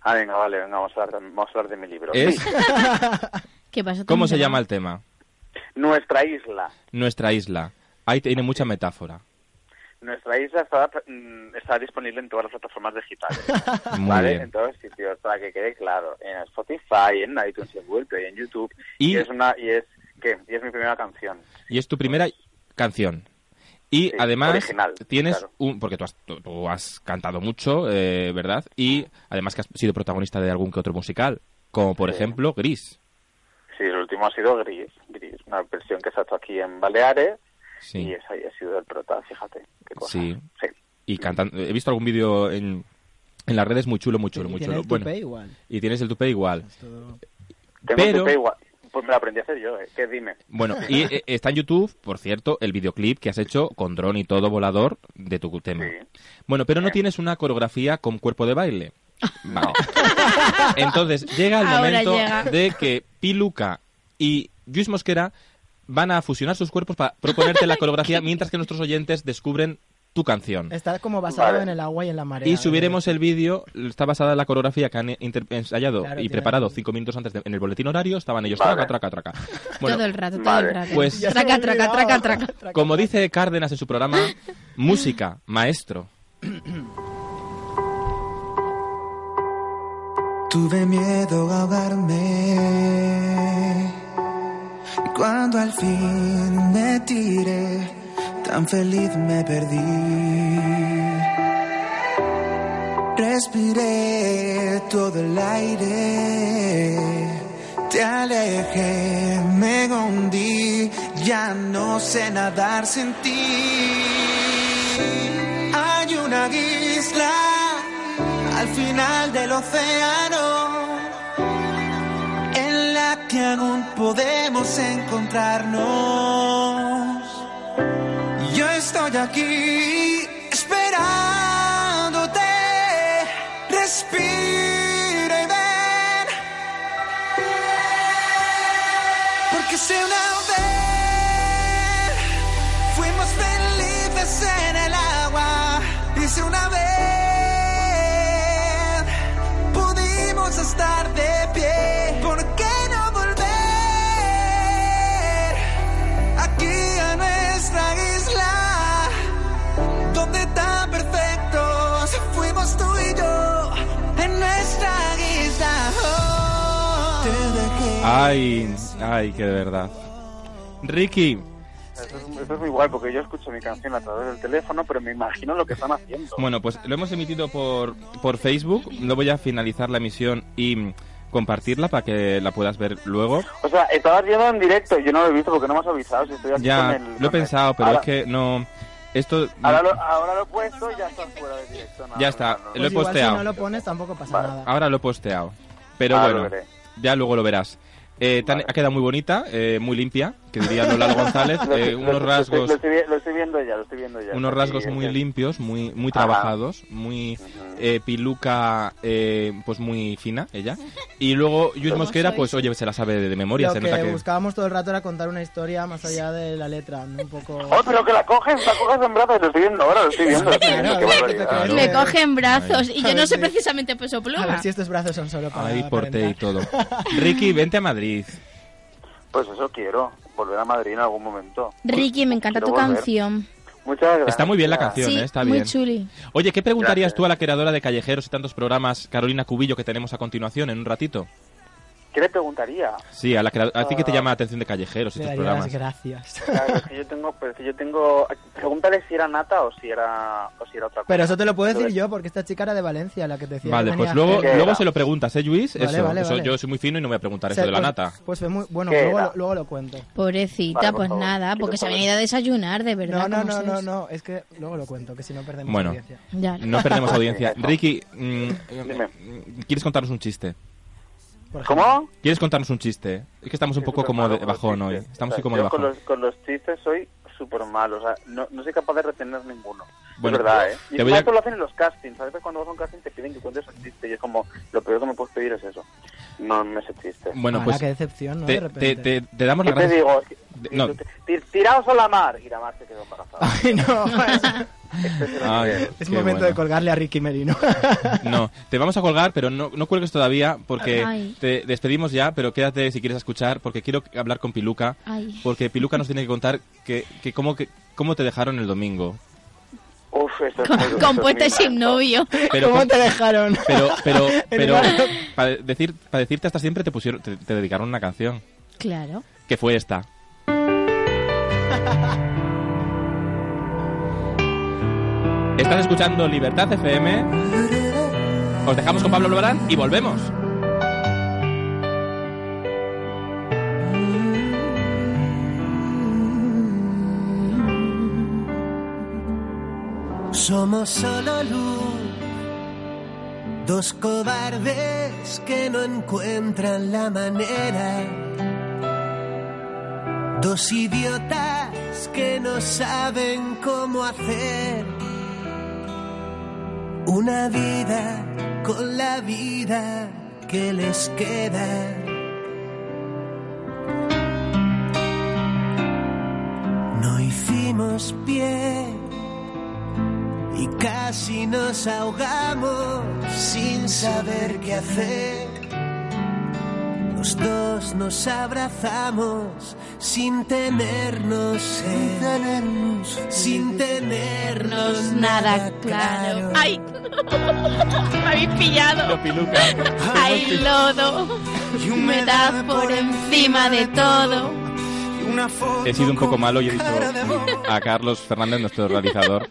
Speaker 7: Ah, venga, vale, venga, vamos a hablar, de- vamos a hablar de mi libro.
Speaker 2: Es,
Speaker 6: ¿Qué pasa?
Speaker 2: [LAUGHS] ¿Cómo se llama el tema?
Speaker 7: Nuestra isla.
Speaker 2: Nuestra isla. Ahí tiene mucha metáfora.
Speaker 7: Nuestra isla está, mm, está disponible en todas las plataformas digitales.
Speaker 2: [LAUGHS] Muy
Speaker 7: ¿Vale?
Speaker 2: bien.
Speaker 7: En todos los sitios, para que quede claro. En Spotify, en iTunes, en Google Play, en YouTube.
Speaker 2: Y-
Speaker 7: Y, es una y es ¿qué? Y es mi primera canción.
Speaker 2: Y es tu primera canción. Y
Speaker 7: Sí,
Speaker 2: además
Speaker 7: original,
Speaker 2: tienes
Speaker 7: claro.
Speaker 2: un... Porque tú has, tú- tú has cantado mucho, eh, ¿verdad? Y además que has sido protagonista de algún que otro musical, como por
Speaker 7: Sí.
Speaker 2: ejemplo Gris.
Speaker 7: Sí, el último ha sido Gris, Gris, una versión que se ha hecho aquí en Baleares
Speaker 2: Sí.
Speaker 7: y esa ya ha sido el prota, fíjate, qué cosa.
Speaker 2: Sí.
Speaker 7: sí.
Speaker 2: Y cantando... He visto algún vídeo en, en las redes muy chulo, muy chulo,
Speaker 4: Y
Speaker 2: muy
Speaker 4: tiene
Speaker 2: chulo.
Speaker 4: el
Speaker 2: Bueno,
Speaker 4: tupé igual.
Speaker 2: y tienes el tupé igual.
Speaker 4: Es todo-
Speaker 7: Tengo un
Speaker 2: Pero-
Speaker 7: tupé igual. Pues me la aprendí a hacer yo, ¿eh? ¿Qué dime?
Speaker 2: Bueno, y eh, está en YouTube, por cierto, el videoclip que has hecho con dron y todo volador de tu tema.
Speaker 7: Sí.
Speaker 2: Bueno, pero no tienes una coreografía con cuerpo de baile. Vale. [LAUGHS] Entonces, llega el
Speaker 6: Ahora
Speaker 2: momento
Speaker 6: llega.
Speaker 2: de que Piluca y Luis Mosquera van a fusionar sus cuerpos para proponerte la coreografía mientras que nuestros oyentes descubren tu canción.
Speaker 4: Está como basado
Speaker 7: Vale.
Speaker 4: en el agua y en la marea. Eh,
Speaker 2: Y subiremos el vídeo, está basada en la coreografía que han inter- ensayado
Speaker 4: Claro,
Speaker 2: y
Speaker 4: tiene-
Speaker 2: preparado cinco minutos antes de- en el boletín horario, estaban ellos
Speaker 7: Vale.
Speaker 2: traca, traca, traca. Bueno,
Speaker 6: todo el rato, todo
Speaker 7: vale,
Speaker 6: el rato.
Speaker 2: pues- Ya
Speaker 4: se
Speaker 6: traca,
Speaker 4: me
Speaker 6: traca,
Speaker 4: olvidaba.
Speaker 6: traca, traca.
Speaker 2: como dice Cárdenas en su programa, música, maestro.
Speaker 10: Tuve miedo a ahogarme. Y cuando al fin me tiré, tan feliz me perdí. Respiré todo el aire. Te alejé, me hundí. Ya no sé nadar sin ti. Hay una isla al final del océano, en la que aún podemos encontrarnos. Yo estoy aquí esperándote, respira y ven, porque si una vez Fuimos felices en el agua. Y si una vez pudimos estar de pie, ¿por qué no volver aquí a nuestra isla? Donde tan perfectos fuimos tú y yo en nuestra isla. Oh, te dejé.
Speaker 2: Ay, ay, que de verdad. Ricky,
Speaker 7: Eso es, eso es muy guay, porque yo escucho mi canción a través del teléfono, pero me imagino lo que están haciendo.
Speaker 2: bueno, pues lo hemos emitido por, por Facebook. No voy a finalizar la emisión y mm, compartirla para que la puedas ver luego.
Speaker 7: O sea, estabas viendo en directo, yo no lo he visto porque no me has avisado. Si estoy aquí con
Speaker 2: Ya,
Speaker 7: el- con
Speaker 2: lo he
Speaker 7: el-
Speaker 2: pensado, pero
Speaker 7: ahora,
Speaker 2: es que no. Esto.
Speaker 7: Ahora lo, ahora lo he puesto y ya está fuera de directo. no,
Speaker 2: Ya está.
Speaker 7: no, no,
Speaker 4: Pues
Speaker 2: Lo he
Speaker 4: igual
Speaker 2: posteado. Ah,
Speaker 4: Si no lo pones, tampoco pasa
Speaker 7: Vale.
Speaker 4: nada.
Speaker 2: Ahora lo he posteado. Pero
Speaker 7: Ahora
Speaker 2: bueno,
Speaker 7: Ah,
Speaker 2: eh,
Speaker 7: lo veré.
Speaker 2: ya luego lo verás. Eh, te han-
Speaker 7: Vale.
Speaker 2: Ha quedado muy bonita, eh, muy limpia, que diría
Speaker 7: [LAUGHS]
Speaker 2: Lola González.
Speaker 7: Lo-
Speaker 2: eh,
Speaker 7: lo-
Speaker 2: unos
Speaker 7: lo-
Speaker 2: rasgos,
Speaker 7: Lo estoy, vi- lo estoy viendo ya, lo estoy viendo ya.
Speaker 2: unos
Speaker 7: Sí,
Speaker 2: rasgos
Speaker 7: es
Speaker 2: muy
Speaker 7: que-
Speaker 2: limpios, muy, muy
Speaker 7: Ajá.
Speaker 2: trabajados, muy
Speaker 7: Ujú.
Speaker 2: eh, piluca, eh, pues muy fina ella. Y luego Luis
Speaker 6: ¿Cómo
Speaker 2: Mosquera,
Speaker 6: sois?
Speaker 2: pues oye, se la sabe de, de memoria,
Speaker 4: Lo
Speaker 2: se
Speaker 4: que,
Speaker 2: nota que.
Speaker 4: buscábamos todo el rato era contar una historia más allá de la letra, ¿no?
Speaker 7: [LAUGHS]
Speaker 4: un poco...
Speaker 7: ¡Oh, pero que la coges! ¡La coges en brazos! Lo estoy viendo ahora, lo estoy viendo. Lo
Speaker 2: [LAUGHS]
Speaker 7: estoy viendo, qué
Speaker 4: Claro,
Speaker 7: barbaridad.
Speaker 4: claro.
Speaker 6: Me coge en brazos y
Speaker 4: A
Speaker 6: yo no
Speaker 4: ver
Speaker 6: sé
Speaker 4: si-
Speaker 6: precisamente pues, peso
Speaker 4: A ver
Speaker 6: pluma.
Speaker 4: si estos brazos son solo para
Speaker 2: Ay, porte y
Speaker 4: aparentar.
Speaker 2: todo.
Speaker 4: [LAUGHS]
Speaker 2: Ricky, vente a Madrid.
Speaker 7: Pues eso quiero, volver a Madrid en algún momento.
Speaker 6: Ricky, me encanta
Speaker 7: Quiero
Speaker 6: tu
Speaker 7: volver.
Speaker 6: canción.
Speaker 7: Muchas gracias.
Speaker 2: Está muy bien la canción,
Speaker 6: Sí,
Speaker 2: ¿eh? está
Speaker 6: muy
Speaker 2: bien.
Speaker 6: chuli.
Speaker 2: Oye, ¿qué preguntarías
Speaker 7: Gracias.
Speaker 2: tú a la creadora de Callejeros y tantos programas, Carolina Cubillo, que tenemos a continuación en un ratito?
Speaker 7: ¿Qué le preguntaría?
Speaker 2: Sí, a, la crea- a ti que te
Speaker 7: Ah.
Speaker 2: llama la atención de Callejeros y
Speaker 4: Le
Speaker 2: estos
Speaker 4: daría las
Speaker 2: programas.
Speaker 4: gracias. [LAUGHS]
Speaker 7: Claro, es que yo tengo, pues que yo tengo. Pregúntale si era nata o si era, o si era otra cosa.
Speaker 4: Pero eso te lo puedo decir
Speaker 7: Entonces,
Speaker 4: yo, porque esta chica era de Valencia, la que te decía.
Speaker 2: Vale, pues
Speaker 4: Alemania.
Speaker 2: luego,
Speaker 7: ¿Qué
Speaker 2: luego
Speaker 7: era?
Speaker 2: se lo preguntas, ¿eh, Luis?
Speaker 4: Vale,
Speaker 2: eso,
Speaker 4: vale,
Speaker 2: eso,
Speaker 4: vale.
Speaker 2: yo soy muy fino y no voy a preguntar
Speaker 4: O
Speaker 2: eso
Speaker 4: sea,
Speaker 2: de la
Speaker 4: pues-
Speaker 2: nata.
Speaker 4: Pues fue muy... Bueno,
Speaker 7: ¿Qué
Speaker 4: luego
Speaker 7: era?
Speaker 4: lo, luego lo cuento.
Speaker 6: Pobrecita,
Speaker 7: Vale, por
Speaker 6: pues
Speaker 7: favor.
Speaker 6: nada,
Speaker 7: Quiero
Speaker 6: porque se ha
Speaker 7: saber.
Speaker 6: venido a desayunar, de
Speaker 4: No,
Speaker 6: verdad.
Speaker 4: no,
Speaker 6: ¿cómo
Speaker 4: no,
Speaker 6: sois?
Speaker 4: no, no, es que luego lo cuento, que si no perdemos
Speaker 2: Bueno.
Speaker 4: audiencia.
Speaker 6: Ya.
Speaker 2: No perdemos
Speaker 7: [LAUGHS]
Speaker 2: audiencia.
Speaker 7: Eso.
Speaker 2: Ricky, mm,
Speaker 7: Dime.
Speaker 2: ¿quieres contarnos un chiste?
Speaker 4: Por ejemplo.
Speaker 7: ¿Cómo?
Speaker 2: ¿Quieres contarnos un chiste? Es que estamos un poco
Speaker 7: Súper
Speaker 2: como
Speaker 7: malo
Speaker 2: de
Speaker 7: con los
Speaker 2: bajón hoy.
Speaker 7: chistes.
Speaker 2: Estamos
Speaker 7: O sea,
Speaker 2: así como
Speaker 7: yo
Speaker 2: de
Speaker 7: Con
Speaker 2: bajón.
Speaker 7: los, con los chistes soy súper malo. O sea, no, no soy capaz de retener ninguno.
Speaker 2: Bueno,
Speaker 7: es verdad, ¿eh? Y
Speaker 2: te voy a-
Speaker 7: esto lo hacen en los castings. A veces cuando vas a un casting te piden que cuentes un chiste y es como, lo peor que me puedes pedir es eso. No me sé chiste.
Speaker 2: Bueno,
Speaker 4: Ahora,
Speaker 2: pues
Speaker 4: qué
Speaker 2: te,
Speaker 4: Ah, decepción, ¿no? de
Speaker 2: te,
Speaker 4: repente.
Speaker 2: te- te damos
Speaker 7: ¿Qué
Speaker 2: las
Speaker 7: te
Speaker 2: gracias.
Speaker 7: digo?
Speaker 2: De- no.
Speaker 7: Ti- Tiraos a la mar. Y la mar se quedó embarazada.
Speaker 4: [LAUGHS]
Speaker 2: [LAUGHS]
Speaker 4: Ay, no,
Speaker 2: Ay,
Speaker 7: Este es el nivel.
Speaker 4: es, es
Speaker 2: Ah, qué
Speaker 4: momento de
Speaker 2: bueno.
Speaker 4: colgarle a Ricky Merino.
Speaker 2: No, te vamos a colgar, pero no, no cuelgues todavía porque
Speaker 6: Ay.
Speaker 2: te despedimos ya, pero quédate si quieres a escuchar porque quiero hablar con Piluca.
Speaker 7: [LAUGHS]
Speaker 6: Ay.
Speaker 2: Porque Piluca nos tiene que contar que, que cómo, que cómo te dejaron el domingo.
Speaker 7: Uf, esto es
Speaker 6: Con-
Speaker 7: muy- esto es
Speaker 6: Compuesta
Speaker 7: muy
Speaker 6: y sin
Speaker 7: malo.
Speaker 6: novio.
Speaker 2: Pero
Speaker 4: ¿Cómo
Speaker 2: con-
Speaker 4: te dejaron?
Speaker 2: Pero,
Speaker 4: [LAUGHS]
Speaker 2: pero, pero,
Speaker 4: Hermano.
Speaker 2: para, decir, para decirte hasta siempre te pusieron, te, te dedicaron una canción,
Speaker 6: Claro.
Speaker 2: que fue esta. Estás escuchando Libertad FM. Os dejamos con Pablo Lorán y volvemos.
Speaker 10: Somos solo luz, dos cobardes que no encuentran la manera
Speaker 1: Dos idiotas que no saben cómo hacer una vida con la vida que les queda. No hicimos pie y casi nos ahogamos sin saber qué hacer. Los dos nos abrazamos sin tenernos, sin tenernos, sin tenernos nada claro.
Speaker 6: ¡Ay! [LAUGHS] Me habéis pillado. Hay lodo y humedad por encima de todo.
Speaker 2: He sido un poco malo y he dicho "Mm, a Carlos Fernández, nuestro realizador,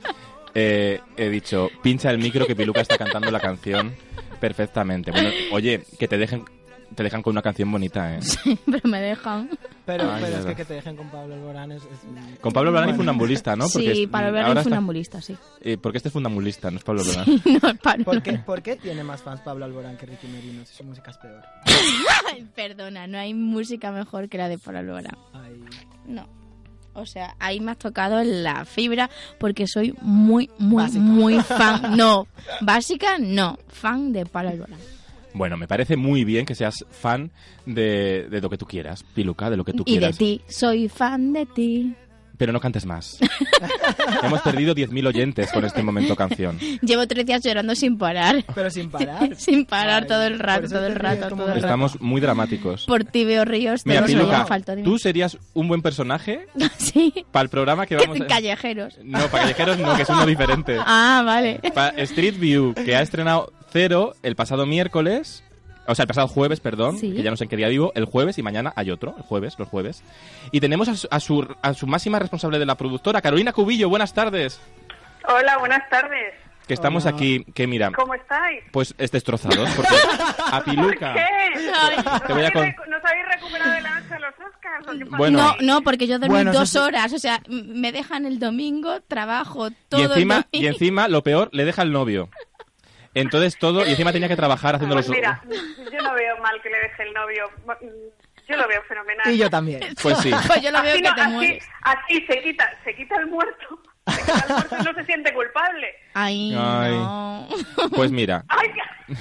Speaker 2: eh, he dicho, pincha el micro que Piluca está cantando la canción perfectamente. Bueno, oye, que te dejen te dejan con una canción bonita, ¿eh?
Speaker 6: [LAUGHS] Pero me dejan.
Speaker 4: Pero,
Speaker 2: Ay,
Speaker 4: pero es
Speaker 2: verdad.
Speaker 4: que que te dejen con Pablo Alborán es... es-
Speaker 2: Con Pablo Alborán y
Speaker 4: Bueno.
Speaker 2: Funambulista, ¿no? Porque
Speaker 6: sí,
Speaker 2: es-
Speaker 6: para ver
Speaker 2: ahora
Speaker 6: un
Speaker 2: está-
Speaker 6: funambulista, sí. [LAUGHS]
Speaker 2: eh, porque este es Funambulista, no es Pablo Alborán.
Speaker 6: No, es para...
Speaker 4: ¿Por qué, ¿Por qué tiene más fans Pablo Alborán que Ricky Merino? Si su música es peor.
Speaker 6: [LAUGHS] Ay, perdona, no hay música mejor que la de Pablo Alborán.
Speaker 4: Ay.
Speaker 6: No. O sea, ahí me has tocado la fibra porque soy muy, muy,
Speaker 2: [LAUGHS]
Speaker 4: Básica.
Speaker 6: muy fan. No, básica no, fan de Pablo Alborán.
Speaker 2: Bueno, me parece muy bien que seas fan de, de lo que tú quieras, Piluca, de lo que tú
Speaker 6: Y de
Speaker 2: quieras.
Speaker 6: ti, soy fan de ti.
Speaker 2: Pero no cantes
Speaker 6: [LAUGHS]
Speaker 2: más. Hemos perdido 10.000 oyentes con este momento canción.
Speaker 6: Llevo tres días llorando sin parar.
Speaker 4: Pero sin
Speaker 2: Ah,
Speaker 4: parar.
Speaker 6: [LAUGHS] Sin parar
Speaker 4: Ay,
Speaker 6: todo el
Speaker 4: por
Speaker 6: rato,
Speaker 4: eso
Speaker 6: todo
Speaker 4: te
Speaker 6: el
Speaker 4: ríes
Speaker 6: rato,
Speaker 4: como
Speaker 6: todo el rato.
Speaker 2: Estamos muy dramáticos.
Speaker 6: Por ti veo ríos, te
Speaker 2: Mira,
Speaker 6: lo
Speaker 2: Piluca,
Speaker 6: falta de mí.
Speaker 2: tú serías un buen personaje
Speaker 6: [LAUGHS]
Speaker 2: [LAUGHS]
Speaker 6: Sí,
Speaker 2: para el programa que vamos a...
Speaker 6: callejeros.
Speaker 2: No, para callejeros no, que es
Speaker 6: [LAUGHS]
Speaker 2: uno diferente.
Speaker 6: Ah, vale.
Speaker 2: Para Street View, que ha estrenado Cero el pasado miércoles. O sea, el pasado jueves, perdón,
Speaker 6: Sí.
Speaker 2: que ya no sé en qué día vivo, el jueves y mañana hay otro, el jueves, los jueves. Y tenemos a su, a su, a su máxima responsable de la productora, Carolina Cubillo, buenas tardes.
Speaker 11: Hola, buenas tardes.
Speaker 2: Que estamos aquí, que mira,
Speaker 11: ¿Cómo estáis?
Speaker 2: pues es destrozados, porque a Piluca...
Speaker 11: ¿Qué?
Speaker 2: Te voy a con-
Speaker 11: ¿Nos habéis recuperado el avance de los Oscars? ¿O qué pasa?
Speaker 2: Bueno.
Speaker 6: No, no, porque yo dormí
Speaker 4: Bueno, eso
Speaker 6: dos
Speaker 4: sí.
Speaker 6: horas. O sea, m- me dejan el domingo, trabajo todo
Speaker 2: y encima,
Speaker 6: el
Speaker 2: y
Speaker 6: domingo.
Speaker 2: encima, lo peor, le deja el novio. Entonces todo, y encima tenía que trabajar haciendo los...
Speaker 11: Pues mira, yo no veo mal que le deje el novio. Yo lo veo fenomenal.
Speaker 4: Y yo también.
Speaker 2: Pues sí.
Speaker 6: [LAUGHS] Pues yo lo veo
Speaker 11: así, no-
Speaker 6: que te
Speaker 11: así-
Speaker 6: mueres.
Speaker 11: así se quita, se quita el
Speaker 6: [LAUGHS]
Speaker 11: muerto. Se quita el muerto y no se siente culpable.
Speaker 6: Ay,
Speaker 2: Ay.
Speaker 6: no. [LAUGHS]
Speaker 2: Pues mira,
Speaker 11: Ay,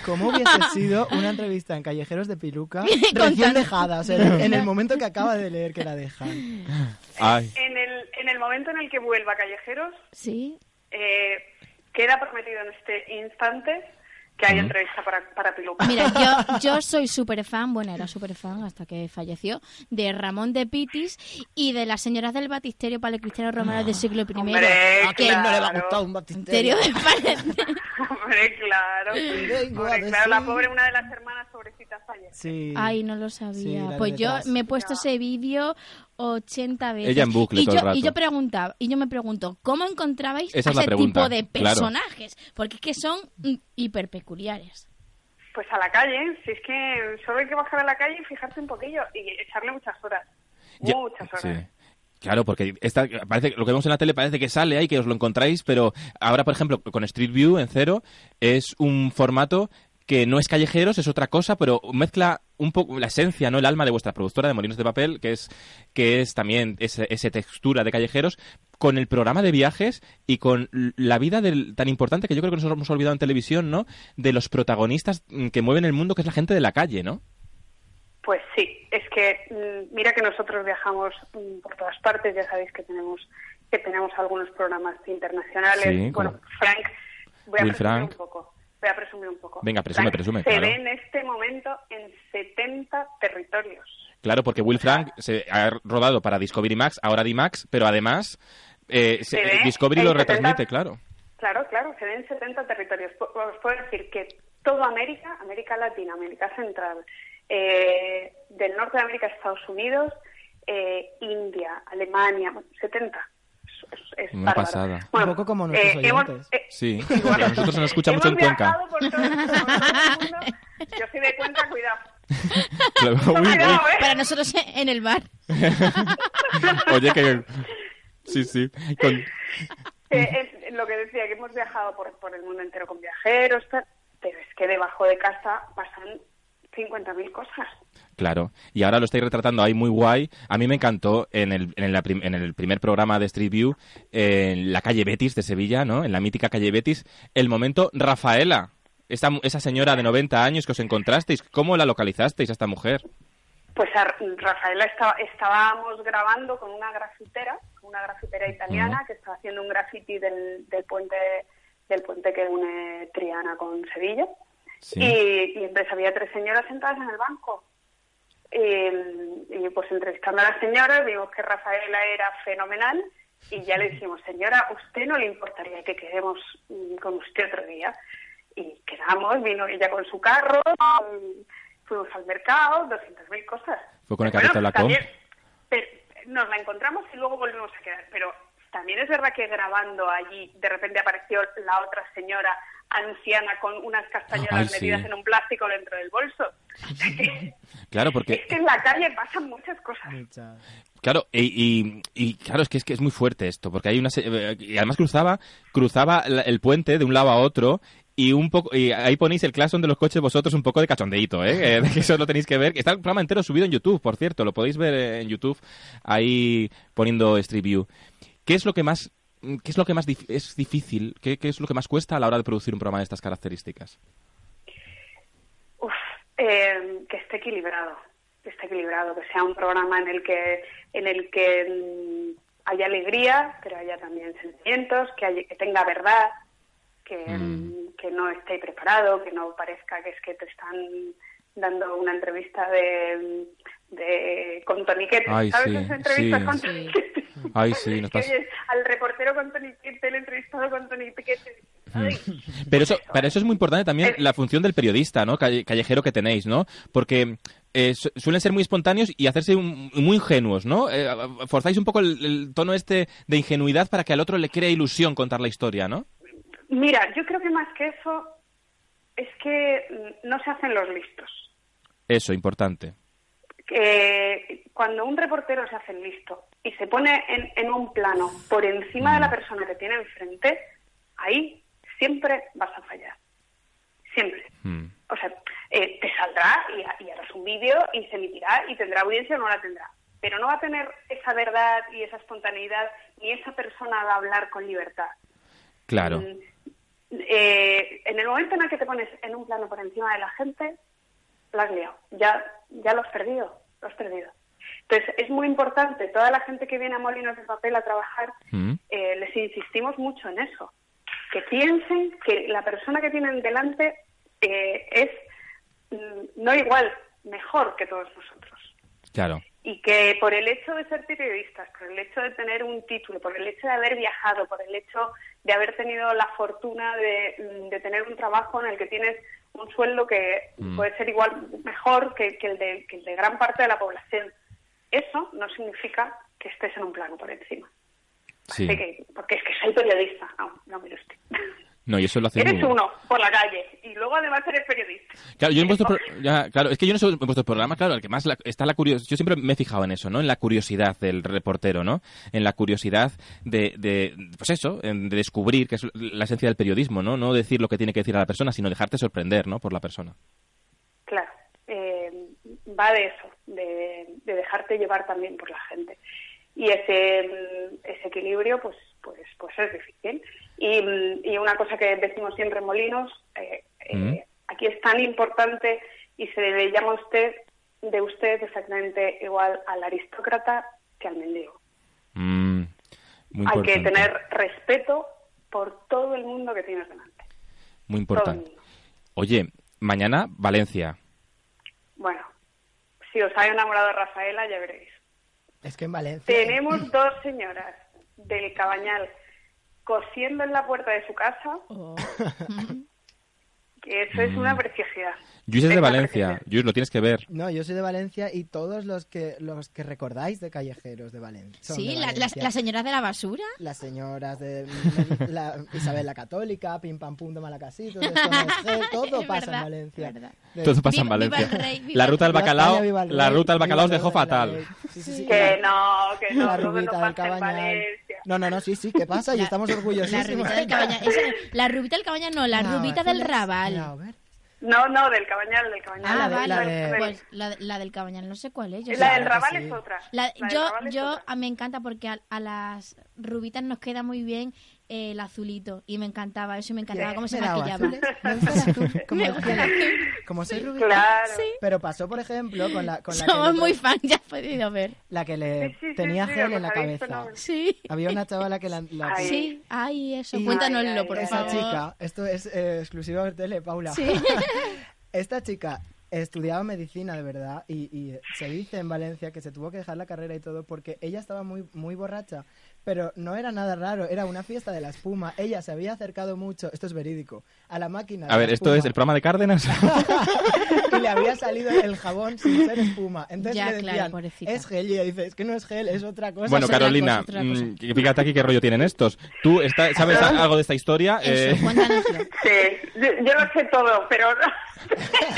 Speaker 4: ¿Cómo hubiese sido una entrevista en Callejeros de Piluca
Speaker 6: Contando.
Speaker 4: recién dejada? O sea, en el momento que acaba de leer que la dejan.
Speaker 2: ay,
Speaker 11: en el, en el momento en el que vuelva Callejeros,
Speaker 6: Sí.
Speaker 11: eh, queda prometido en este instante que hay entrevista para, para Piluca.
Speaker 6: Mira, yo, yo soy súper fan, bueno, era súper fan hasta que falleció, de Ramón de Pitis y de las señoras del Batisterio para el Cristiano Romano
Speaker 2: Ah.
Speaker 6: del siglo I.
Speaker 11: Hombre, ¿a quién no le va a gustar
Speaker 4: un
Speaker 6: Batisterio [LAUGHS] de Pal-
Speaker 11: Hombre, claro.
Speaker 4: Vengo a
Speaker 11: Hombre, claro, la
Speaker 4: decir-
Speaker 11: pobre, una de las hermanas sobrecitas falleció.
Speaker 4: Sí.
Speaker 6: Ay, no lo
Speaker 4: Sí,
Speaker 6: sabía.
Speaker 4: la de
Speaker 6: pues yo
Speaker 4: detrás.
Speaker 6: me he puesto ese vídeo 80 veces.
Speaker 2: Ella en bucle
Speaker 6: y
Speaker 2: todo
Speaker 6: yo,
Speaker 2: el rato.
Speaker 6: Y yo preguntaba, y yo me pregunto, ¿cómo encontrabais
Speaker 2: Esa
Speaker 6: a
Speaker 2: es la
Speaker 6: ese
Speaker 2: pregunta,
Speaker 6: tipo de
Speaker 2: claro.
Speaker 6: personajes? Porque es que son mm,
Speaker 11: [LAUGHS]
Speaker 6: hiperpeculiares.
Speaker 11: Pues a la calle, si es que solo hay que bajar a la calle y fijarse un poquillo y echarle muchas horas.
Speaker 2: Ya-
Speaker 11: muchas horas.
Speaker 2: sí. Claro, porque esta, parece, que lo que vemos en la tele parece que sale ahí, que os lo encontráis, pero ahora, por ejemplo, con Street View en cero, es un formato que no es callejeros, es otra cosa, pero mezcla un poco la esencia, no el alma de vuestra productora de Molinos de Papel, que es, que es también ese- esa textura de callejeros, con el programa de viajes y con l- la vida del, tan importante que yo creo que nos hemos olvidado en televisión, ¿no? De los protagonistas mm, que mueven el mundo, que es la gente de la calle, ¿no?
Speaker 11: Pues sí, es que mm, mira que nosotros viajamos mm, por todas partes, ya sabéis que tenemos que tenemos algunos programas internacionales.
Speaker 2: Sí,
Speaker 11: bueno,
Speaker 2: como-
Speaker 11: Frank, voy a
Speaker 2: Will
Speaker 11: presumir
Speaker 2: Frank.
Speaker 11: un poco. Voy a presumir un poco.
Speaker 2: Venga, presume,
Speaker 11: Frank
Speaker 2: presume,
Speaker 11: Se
Speaker 2: claro.
Speaker 11: ve en este momento en 70 territorios.
Speaker 2: Claro, porque Will Frank se ha rodado para Discovery Max, ahora D-Max, pero además eh, se-
Speaker 11: Se ve
Speaker 2: Discovery
Speaker 11: en
Speaker 2: lo
Speaker 11: 70.
Speaker 2: retransmite, claro.
Speaker 11: Claro, claro, se ven 70 territorios. Pu- Os puedo decir que toda América, América Latina, América Central, eh, del norte de América, Estados Unidos, eh, India, Alemania, bueno, 70. Es- es- es
Speaker 2: Una
Speaker 11: bárbaro.
Speaker 2: pasada.
Speaker 11: Bueno,
Speaker 4: Un poco como nuestros oyentes.
Speaker 11: eh, [LAUGHS]
Speaker 2: Sí,
Speaker 11: igual.
Speaker 2: porque [LAUGHS] a nosotros se nos escucha mucho en
Speaker 11: Hemos
Speaker 2: Cuenca.
Speaker 11: viajado por todo- por todo el mundo. Yo soy de Cuenca, cuidado. [LAUGHS]
Speaker 2: Uy,
Speaker 11: Cuidado,
Speaker 2: uy.
Speaker 11: ¿eh?
Speaker 6: Para nosotros en el bar.
Speaker 2: Oye, que... Sí, sí. Con-
Speaker 11: Eh, es lo que decía, que hemos viajado por, por el mundo entero con viajeros, tal, pero es que debajo de casa pasan 50.000 cosas.
Speaker 2: Claro. Y ahora lo estáis retratando ahí muy guay. A mí me encantó en el, en la prim- en el primer programa de Street View, eh, en la calle Betis de Sevilla, ¿no? En la mítica calle Betis, el momento Rafaela. Esta mu- esa señora de 90 años que os encontrasteis, ¿cómo la localizasteis a esta mujer?
Speaker 11: Pues a Rafaela estaba, estábamos grabando con una grafitera, con una grafitera italiana que estaba haciendo un graffiti del, del puente del puente que une Triana con Sevilla.
Speaker 3: Sí.
Speaker 11: Y, y entonces había tres señoras sentadas en el banco. Y, y, pues entrevistando a las señoras vimos que Rafaela era fenomenal y ya le dijimos, señora, ¿usted no le importaría que quedemos mm, con usted otro día? Y quedamos, vino ella con su carro, mm, fuimos al mercado, 200.000 cosas.
Speaker 2: Fue con el
Speaker 11: Bueno,
Speaker 2: carrito de la
Speaker 11: también-
Speaker 2: comp.
Speaker 11: pero eh, nos la encontramos y luego volvimos a quedar. Pero también es verdad que grabando allí, de repente apareció la otra señora anciana con unas castañuelas
Speaker 2: Ay, sí.
Speaker 11: metidas en un plástico dentro
Speaker 2: [LAUGHS]
Speaker 11: del bolso. [LAUGHS]
Speaker 2: Claro, porque
Speaker 11: Es que en la calle pasan muchas cosas.
Speaker 2: Claro, y, y- y claro, es que, es que es muy fuerte esto, porque hay una se- eh, y además cruzaba, cruzaba la- el puente de un lado a otro y un poco y ahí ponéis el claxon de los coches vosotros un poco de cachondeíto, ¿eh? Eh, que eso lo tenéis que ver. Está el programa entero subido en YouTube, por cierto, lo podéis ver eh, en YouTube ahí poniendo Street View. ¿Qué es lo que más qué es lo que más dif- es difícil? ¿Qué, qué es lo que más cuesta a la hora de producir un programa de estas características?
Speaker 11: Uf, eh, que esté equilibrado, que esté equilibrado, que sea un programa en el que en el que mm, haya alegría, pero haya también sentimientos, que, haya- que tenga verdad, que, mm, que no esté preparado, que no parezca que es que te están dando una entrevista de, de con toniquete,
Speaker 2: Ay,
Speaker 11: ¿sabes?
Speaker 2: sí,
Speaker 11: Esas entrevistas
Speaker 2: sí.
Speaker 11: con toniquete.
Speaker 2: Ay, sí, nos
Speaker 11: Que
Speaker 2: pasa.
Speaker 11: oyes al reportero con toniquete, el entrevistado con toniquete. Ay,
Speaker 2: Mm.
Speaker 11: pues
Speaker 2: Pero eso, para eso es muy importante también la función del periodista, ¿no? Calle- callejero que tenéis, ¿no? Porque eh, su- suelen ser muy espontáneos y hacerse un- muy ingenuos, ¿no? Eh, forzáis un poco el, el tono este de ingenuidad para que al otro le crea ilusión contar la historia, ¿no?
Speaker 11: Mira, yo creo que más que eso es que mm, no se hacen los listos.
Speaker 2: Eso, importante.
Speaker 11: Que cuando un reportero se hace el listo y se pone en, en un plano por encima de
Speaker 2: Mm.
Speaker 11: la persona que tiene enfrente, ahí siempre vas a fallar. Siempre.
Speaker 2: Mm,
Speaker 11: O sea, eh, te saldrá y, ha- y harás un vídeo y se emitirá y tendrá audiencia o no la tendrá. [LAUGHS] Pero no va a tener esa verdad y esa espontaneidad ni esa persona va a hablar con libertad.
Speaker 2: Claro.
Speaker 11: Eh, en el momento en el que te pones en un plano por encima de la gente, la has liado. Ya, ya lo has perdido, lo has perdido. Entonces, es muy importante, toda la gente que viene a Molinos de Papel a trabajar,
Speaker 2: Mm,
Speaker 11: eh, les insistimos mucho en eso. Que piensen que la persona que tienen delante eh, es mm, no igual, mejor que todos nosotros.
Speaker 2: Claro.
Speaker 11: Y que por el hecho de ser periodistas, por el hecho de tener un título, por el hecho de haber viajado, por el hecho de haber tenido la fortuna de, de tener un trabajo en el que tienes un sueldo que pues,
Speaker 3: Mm.
Speaker 11: puede ser igual, mejor que, que el de, que el de gran parte de la población, eso no significa que estés en un plano por encima.
Speaker 2: Sí.
Speaker 11: Así que- porque es que soy periodista, Ah, no, no mire usted.
Speaker 2: No, y eso lo hacéis muy
Speaker 11: Eres uno por la calle y luego además eres periodista.
Speaker 2: Claro, yo en vuestro pro- ya, claro, es que yo no soy en vuestro programa, claro, el que más la- está la curiosidad, yo siempre me he fijado en eso, ¿no? En la curiosidad del reportero, ¿no? En la curiosidad de, de pues eso, en- de descubrir, que es la esencia del periodismo, ¿no? No decir lo que tiene que decir a la persona, sino dejarte sorprender, ¿no? Por la persona.
Speaker 11: Claro, eh, va de eso, de, de dejarte llevar también por la gente. Y ese, mm, ese equilibrio, pues, pues, pues es difícil. Y, mm, y una cosa que decimos siempre en Molinos, eh, aquí es tan importante y se le llama a usted, de usted exactamente igual al aristócrata que al mendigo.
Speaker 2: Mm, muy
Speaker 11: Hay que
Speaker 2: importante,
Speaker 11: tener respeto por todo el mundo que tienes delante.
Speaker 2: muy importante. Oye, mañana Valencia.
Speaker 11: Bueno, si os ha enamorado Rafaela, ya veréis.
Speaker 4: Es que en Valencia.
Speaker 11: Tenemos dos señoras del Cabañal cosiendo en la puerta de su casa. [LAUGHS] Que eso
Speaker 2: Mm.
Speaker 11: es una preciosidad.
Speaker 2: Luis es de Valencia, Luis, lo tienes que ver.
Speaker 4: No, yo soy de Valencia y todos los que los que recordáis de callejeros de Valencia. son
Speaker 6: Sí,
Speaker 4: de
Speaker 6: la- las-
Speaker 4: Valencia.
Speaker 6: las señoras de la basura.
Speaker 4: Las señoras de la- Isabel la Católica, Pim Pam Pum de Malacasito, de
Speaker 6: [LAUGHS]
Speaker 4: Sonajel, todo
Speaker 6: Es
Speaker 4: pasa
Speaker 6: verdad,
Speaker 4: en Valencia. De-
Speaker 2: Todo pasa en
Speaker 4: Viva- viva
Speaker 2: Valencia.
Speaker 4: el rey, viva
Speaker 2: la
Speaker 4: el
Speaker 2: ruta del
Speaker 4: rey. Viva España,
Speaker 2: bacalao,
Speaker 4: viva el
Speaker 2: la
Speaker 4: rey,
Speaker 2: ruta del
Speaker 4: viva
Speaker 2: bacalao os
Speaker 4: todo,
Speaker 2: dejó
Speaker 4: viva el
Speaker 2: fatal.
Speaker 4: rey. Sí, sí, sí,
Speaker 11: Que
Speaker 4: la-
Speaker 11: no, que no,
Speaker 4: La
Speaker 11: no, no
Speaker 4: rubita del
Speaker 11: pasa en
Speaker 4: Cabañal.
Speaker 11: Valencia.
Speaker 4: No, no, no, sí, sí, ¿qué pasa? Y estamos
Speaker 6: La
Speaker 4: orgullosísimos.
Speaker 6: rubita del cabaña. esa- la rubita del cabaña no, la
Speaker 4: No,
Speaker 6: rubita
Speaker 4: tú
Speaker 6: del
Speaker 4: la-
Speaker 6: rabal.
Speaker 4: no,
Speaker 11: No, no, del Cabañal, del Cabañal.
Speaker 6: Ah,
Speaker 11: del
Speaker 6: vale.
Speaker 11: Cabañal.
Speaker 6: Pues la, de- la del Cabañal, no sé cuál es. yo
Speaker 11: La
Speaker 6: sé-
Speaker 11: del Raval es otra.
Speaker 6: La-
Speaker 11: La del
Speaker 6: yo
Speaker 11: Raval es
Speaker 6: yo
Speaker 11: otra.
Speaker 6: ah, me encanta porque a, a las rubitas nos queda muy bien eh, el azulito. Y me encantaba eso, y me encantaba
Speaker 4: Sí.
Speaker 6: cómo se
Speaker 4: Era
Speaker 6: maquillaba.
Speaker 4: azul,
Speaker 6: [LAUGHS]
Speaker 4: ¿no fueras tú, como decía, Como soy rubia.
Speaker 11: claro.
Speaker 4: Pero pasó, por ejemplo, con la, con la que,
Speaker 6: Somos
Speaker 4: le-
Speaker 6: muy fan, ya has podido ver.
Speaker 4: la que le
Speaker 6: Sí, sí, sí,
Speaker 4: tenía
Speaker 6: sí,
Speaker 4: gel
Speaker 6: lo
Speaker 4: en la
Speaker 6: sabéis,
Speaker 4: cabeza.
Speaker 6: fenómeno. Sí.
Speaker 4: Había una chavala que la... la que-
Speaker 6: Sí, ay, eso.
Speaker 4: Y-
Speaker 6: Cuéntanoslo, por
Speaker 4: esa
Speaker 6: favor.
Speaker 4: chica, esto es eh, exclusiva de Tele, Paula.
Speaker 6: Sí.
Speaker 4: [LAUGHS] Esta chica estudiaba medicina de verdad y, y se dice en Valencia que se tuvo que dejar la carrera y todo porque ella estaba muy, muy borracha. Pero no era nada raro, era una fiesta de la espuma. Ella se había acercado mucho, esto es verídico, a la máquina. de
Speaker 2: A ver,
Speaker 4: la
Speaker 2: ¿esto es
Speaker 4: espuma
Speaker 2: el programa de Cárdenas?
Speaker 4: [LAUGHS] y le había salido el jabón sin ser espuma. Entonces
Speaker 6: Ya,
Speaker 4: le
Speaker 6: claro,
Speaker 4: decían,
Speaker 6: pobrecita.
Speaker 4: es gel. Y ella dice, es que no es gel, es otra cosa.
Speaker 2: bueno, Carolina, mm, fíjate aquí qué rollo tienen estos. ¿Tú está- sabes a- algo de esta historia? Eh,
Speaker 11: Sí, yo, yo lo sé todo, pero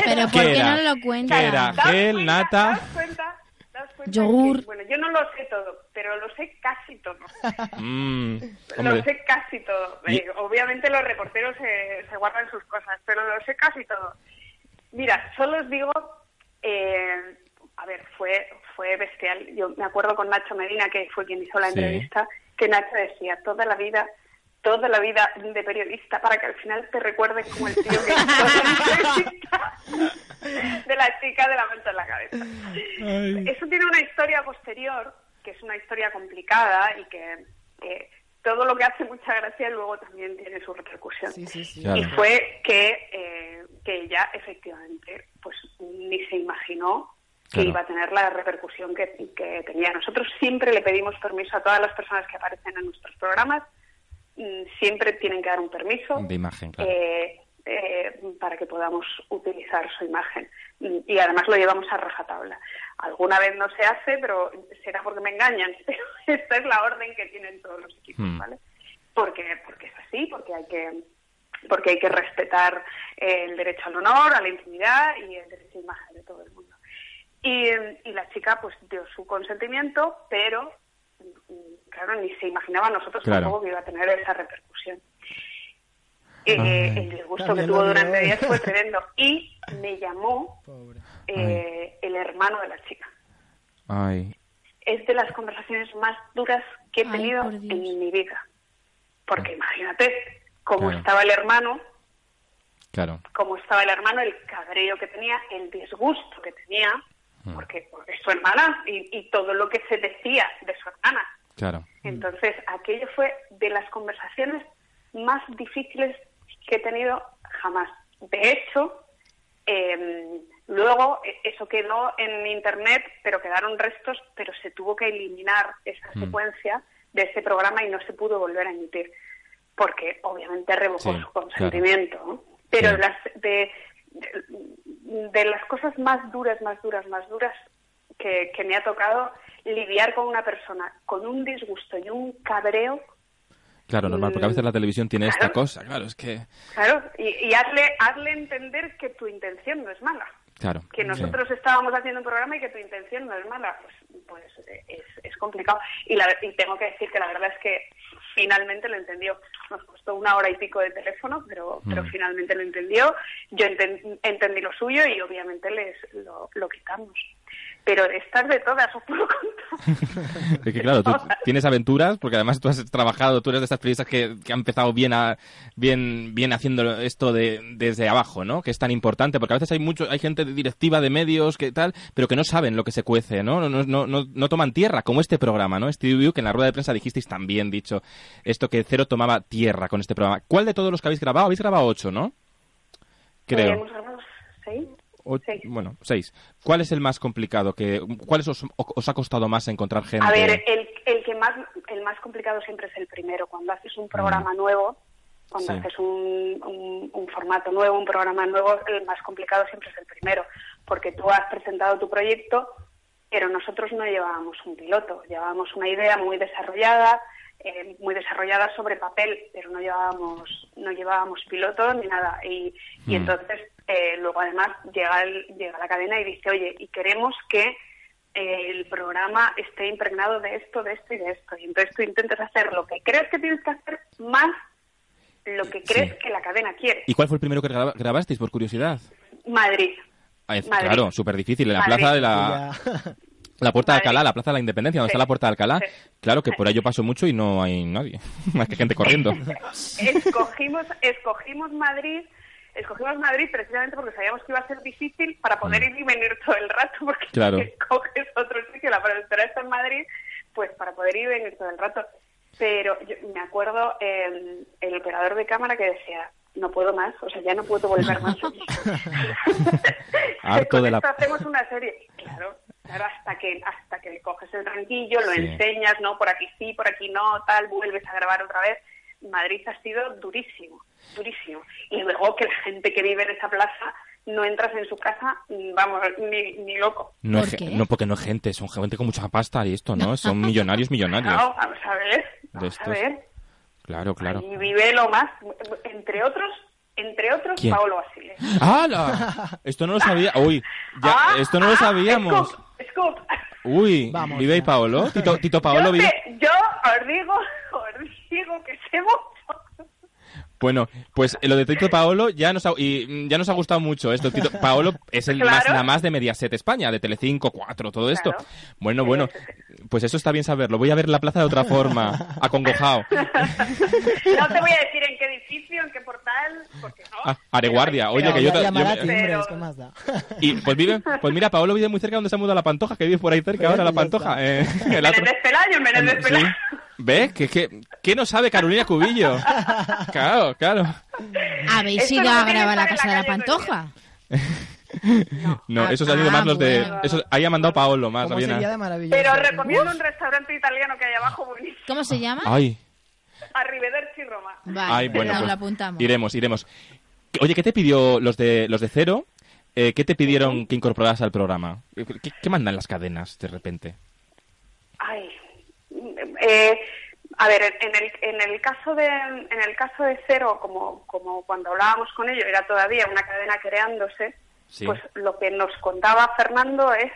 Speaker 6: Pero ¿por qué no lo cuentas?
Speaker 2: ¿Qué era? ¿Gel, nata?
Speaker 11: cuenta, daos cuenta
Speaker 2: Yogur.
Speaker 11: que- bueno, yo no lo sé todo, pero lo sé casi todo.
Speaker 2: Mm,
Speaker 11: Lo
Speaker 2: hombre.
Speaker 11: sé casi todo.
Speaker 2: Y-
Speaker 11: Eh, Obviamente los reporteros eh, se guardan sus cosas, pero lo sé casi todo. Mira, solo os digo, eh, a ver, fue fue bestial. Yo me acuerdo con Nacho Medina, que fue quien hizo la
Speaker 12: Sí.
Speaker 11: entrevista, que Nacho decía, toda la vida, toda la vida de periodista, para que al final te recuerden como el tío que hizo la entrevista de la chica de la mancha en la cabeza. Eso tiene una historia posterior, que es una historia complicada y que eh, todo lo que hace mucha gracia luego también tiene su repercusión.
Speaker 13: Claro.
Speaker 11: Y fue que, eh, que ella efectivamente pues ni se imaginó que
Speaker 13: Claro.
Speaker 11: iba a tener la repercusión que, que tenía. Nosotros siempre le pedimos permiso a todas las personas que aparecen en nuestros programas, mm, siempre tienen que dar un permiso
Speaker 2: De imagen, claro.
Speaker 11: eh, eh, para que podamos utilizar su imagen. Y, y además lo llevamos a rajatabla. Alguna vez no se hace, pero será porque me engañan. [LAUGHS] Pero esta es la orden que tienen todos los equipos,
Speaker 13: Hmm.
Speaker 11: ¿vale? Porque, porque es así, porque hay que porque hay que respetar eh, el derecho al honor, a la intimidad y el derecho a imagen de todo el mundo. Y, y la chica pues dio su consentimiento, pero mm, claro, ni se imaginaba nosotros
Speaker 2: Claro.
Speaker 11: tampoco que iba a tener esa repercusión. Eh,
Speaker 2: Ay.
Speaker 11: el disgusto que
Speaker 2: También lo
Speaker 11: tuvo
Speaker 2: dio.
Speaker 11: durante días
Speaker 2: [LAUGHS]
Speaker 11: fue tremendo. Y me llamó eh, el hermano de la chica.
Speaker 2: Ay,
Speaker 11: Es de las conversaciones más duras que he tenido en mi vida. Porque imagínate cómo
Speaker 2: Claro.
Speaker 11: estaba el hermano
Speaker 2: claro.
Speaker 11: cómo estaba el hermano, el cabreo que tenía, el disgusto que tenía,
Speaker 2: Mm.
Speaker 11: porque es su hermana y, y todo lo que se decía de su hermana.
Speaker 2: Claro.
Speaker 11: Entonces, aquello fue de las conversaciones más difíciles que he tenido jamás. De hecho, eh, luego eh, eso quedó en internet, pero quedaron restos, pero se tuvo que eliminar esa
Speaker 13: Mm.
Speaker 11: secuencia de ese programa y no se pudo volver a emitir, porque obviamente revocó
Speaker 13: Sí,
Speaker 11: su consentimiento. ¿no? Pero
Speaker 13: Sí.
Speaker 11: las de, de, de las cosas más duras, más duras, más duras que, que me ha tocado lidiar con una persona con un disgusto y un cabreo
Speaker 2: Claro, normal, porque a veces la televisión tiene esta
Speaker 11: Claro.
Speaker 2: cosa, claro, es que...
Speaker 11: Claro, y, y hazle, hazle entender que tu intención no es mala.
Speaker 2: Claro.
Speaker 11: Que
Speaker 2: sí.
Speaker 11: nosotros estábamos haciendo un programa y que tu intención no es mala. Pues, pues eh, es, es complicado. Y, la- y tengo que decir que la verdad es que finalmente lo entendió. Nos costó una hora y pico de teléfono, pero, pero
Speaker 13: Mm.
Speaker 11: finalmente lo entendió. Yo enten- entendí lo suyo y obviamente les lo, lo quitamos. Pero estas de todas, [LAUGHS] os puedo
Speaker 2: Es que claro, tú tienes aventuras, porque además tú has trabajado, tú eres de estas periodistas que, que han empezado bien, a- bien, bien haciendo esto de, desde abajo, ¿no? Que es tan importante, porque a veces hay mucho, hay gente de directiva de medios que tal, pero que no saben lo que se cuece, ¿no? No, no, no, no toman tierra, como este programa, ¿no? Steve View, que en la rueda de prensa dijisteis también, dicho, esto que Cero tomaba tierra con este programa. ¿Cuál de todos los que habéis grabado? Habéis grabado ocho, ¿no? Creo.
Speaker 11: Hemos grabado Eh, seis.
Speaker 2: O- Bueno, seis. ¿Cuál es el más complicado? Que, ¿Cuáles os, os ha costado más encontrar gente?
Speaker 11: A ver, el, el que más el más complicado siempre es el primero. Cuando haces un programa nuevo, cuando
Speaker 13: Sí.
Speaker 11: haces un, un- un formato nuevo, un programa nuevo, el más complicado siempre es el primero, porque tú has presentado tu proyecto, pero nosotros no llevábamos un piloto, llevábamos una idea muy desarrollada, eh, muy desarrollada sobre papel, pero no llevábamos no llevábamos piloto ni nada y, y
Speaker 13: Mm.
Speaker 11: entonces eh, luego además llega el- llega la cadena y dice oye y queremos que eh, el programa esté impregnado de esto, de esto y de esto. Y entonces tú intentas hacer lo que crees que tienes que hacer más lo que crees que la cadena quiere.
Speaker 2: ¿Y cuál fue el primero que graba- grabasteis, por curiosidad?
Speaker 11: Madrid.
Speaker 2: Ah, es-
Speaker 11: Madrid.
Speaker 2: Claro, súper difícil. En la
Speaker 11: Madrid.
Speaker 2: plaza de la... La puerta de Alcalá, la plaza de la Independencia, donde
Speaker 11: Sí.
Speaker 2: está la puerta de Alcalá. Claro que por ahí yo paso mucho y no hay nadie. [LAUGHS] Más que gente corriendo.
Speaker 11: Escogimos, escogimos Madrid. Escogimos Madrid precisamente porque sabíamos que iba a ser difícil para poder ir y venir todo el rato, [LAUGHS] porque
Speaker 2: Claro.
Speaker 11: si escoges otro sitio, la productora está en Madrid, pues para poder ir y venir todo el rato. Pero yo me acuerdo eh, el operador de cámara que decía, no puedo más, o sea, ya no puedo volver más.
Speaker 2: Harto de la...
Speaker 11: Esto hacemos una serie. Claro, claro, hasta que, hasta que le coges el tranquillo, lo
Speaker 2: Sí.
Speaker 11: enseñas, ¿no? Por aquí sí, por aquí no, tal, vuelves a grabar otra vez. Madrid ha sido durísimo, durísimo. Y luego que la gente que vive en esa plaza no entras en su casa, mm, vamos, ni, ni loco.
Speaker 2: No, es gen- no, porque no es gente, son gente con mucha pasta y esto, ¿no? Son millonarios, millonarios.
Speaker 11: [LAUGHS] No, vamos a ver,
Speaker 2: De
Speaker 11: vamos a
Speaker 2: estos.
Speaker 11: ver.
Speaker 2: Claro, claro.
Speaker 11: Y vive lo más, entre otros, entre otros,
Speaker 2: ¿Quién?
Speaker 11: Paolo Basile. Ah,
Speaker 2: ¡Hala! Esto no lo sabía. Uy, ya, esto no lo sabíamos.
Speaker 11: Scoop,
Speaker 2: Uy,
Speaker 11: Vamos
Speaker 2: vive y Paolo.
Speaker 11: [LAUGHS]
Speaker 2: Tito, Tito Paolo
Speaker 11: yo,
Speaker 2: vive.
Speaker 11: te- yo os digo, [LAUGHS] os digo que sé mucho.
Speaker 2: Bueno, pues eh, lo de Tito Paolo ya nos ha, y, mm, ya nos ha gustado mucho esto.
Speaker 11: [LAUGHS]
Speaker 2: Tito Paolo es el más,
Speaker 11: Claro.
Speaker 2: la más de Mediaset España, de Telecinco, 4, todo esto. Bueno, bueno, pues eso está bien saberlo. Voy a ver la plaza de otra
Speaker 11: [LAUGHS]
Speaker 2: forma, acongojado.
Speaker 11: No te voy a decir en qué edificio, en qué portal, porque no.
Speaker 2: Ah, Areguardia, oye,
Speaker 4: Pero
Speaker 2: que yo... ta-
Speaker 4: llamar
Speaker 2: yo-
Speaker 4: a timbres, ¿qué más da?
Speaker 2: y pues vive, pues mira, Paolo vive muy cerca donde se ha mudado la Pantoja, que vive por ahí
Speaker 11: Pues
Speaker 2: cerca ahora la Pantoja. eh, [LAUGHS]
Speaker 11: [LAUGHS]
Speaker 2: el otro-
Speaker 11: Menéndez Pelayo, Menéndez
Speaker 2: Sí.
Speaker 11: Pelayo.
Speaker 2: ¿Ves? Que, que, que no sabe Carolina Cubillo. Claro, claro.
Speaker 6: ¿Habéis
Speaker 11: Esto
Speaker 6: ido
Speaker 11: no
Speaker 6: a
Speaker 11: tiene
Speaker 6: grabar la
Speaker 11: que
Speaker 6: casa de la Pantoja?
Speaker 2: No,
Speaker 6: Ah,
Speaker 2: esos han ido más
Speaker 6: ah,
Speaker 2: los de...
Speaker 6: bueno.
Speaker 2: Eso, ahí ha mandado Paolo más,
Speaker 4: ¿Cómo
Speaker 2: habían-
Speaker 4: sería de maravilloso?
Speaker 11: Pero os recomiendo un restaurante italiano que hay abajo, buenísimo.
Speaker 6: ¿Cómo se llama?
Speaker 2: Ay,
Speaker 11: Arrivederci Roma.
Speaker 6: Vale,
Speaker 2: ay, bueno,
Speaker 6: nos
Speaker 2: pues
Speaker 6: lo apuntamos.
Speaker 2: iremos, iremos. Oye, ¿qué te pidió los de los de Cero? Eh, ¿Qué te pidieron que incorporaras al programa? ¿Qué, qué mandan las cadenas de repente?
Speaker 11: Ay, eh, a ver, en el, en el caso de en el caso de cero, como como cuando hablábamos con ellos, era todavía una cadena creándose.
Speaker 2: Sí.
Speaker 11: Pues lo que nos contaba Fernando es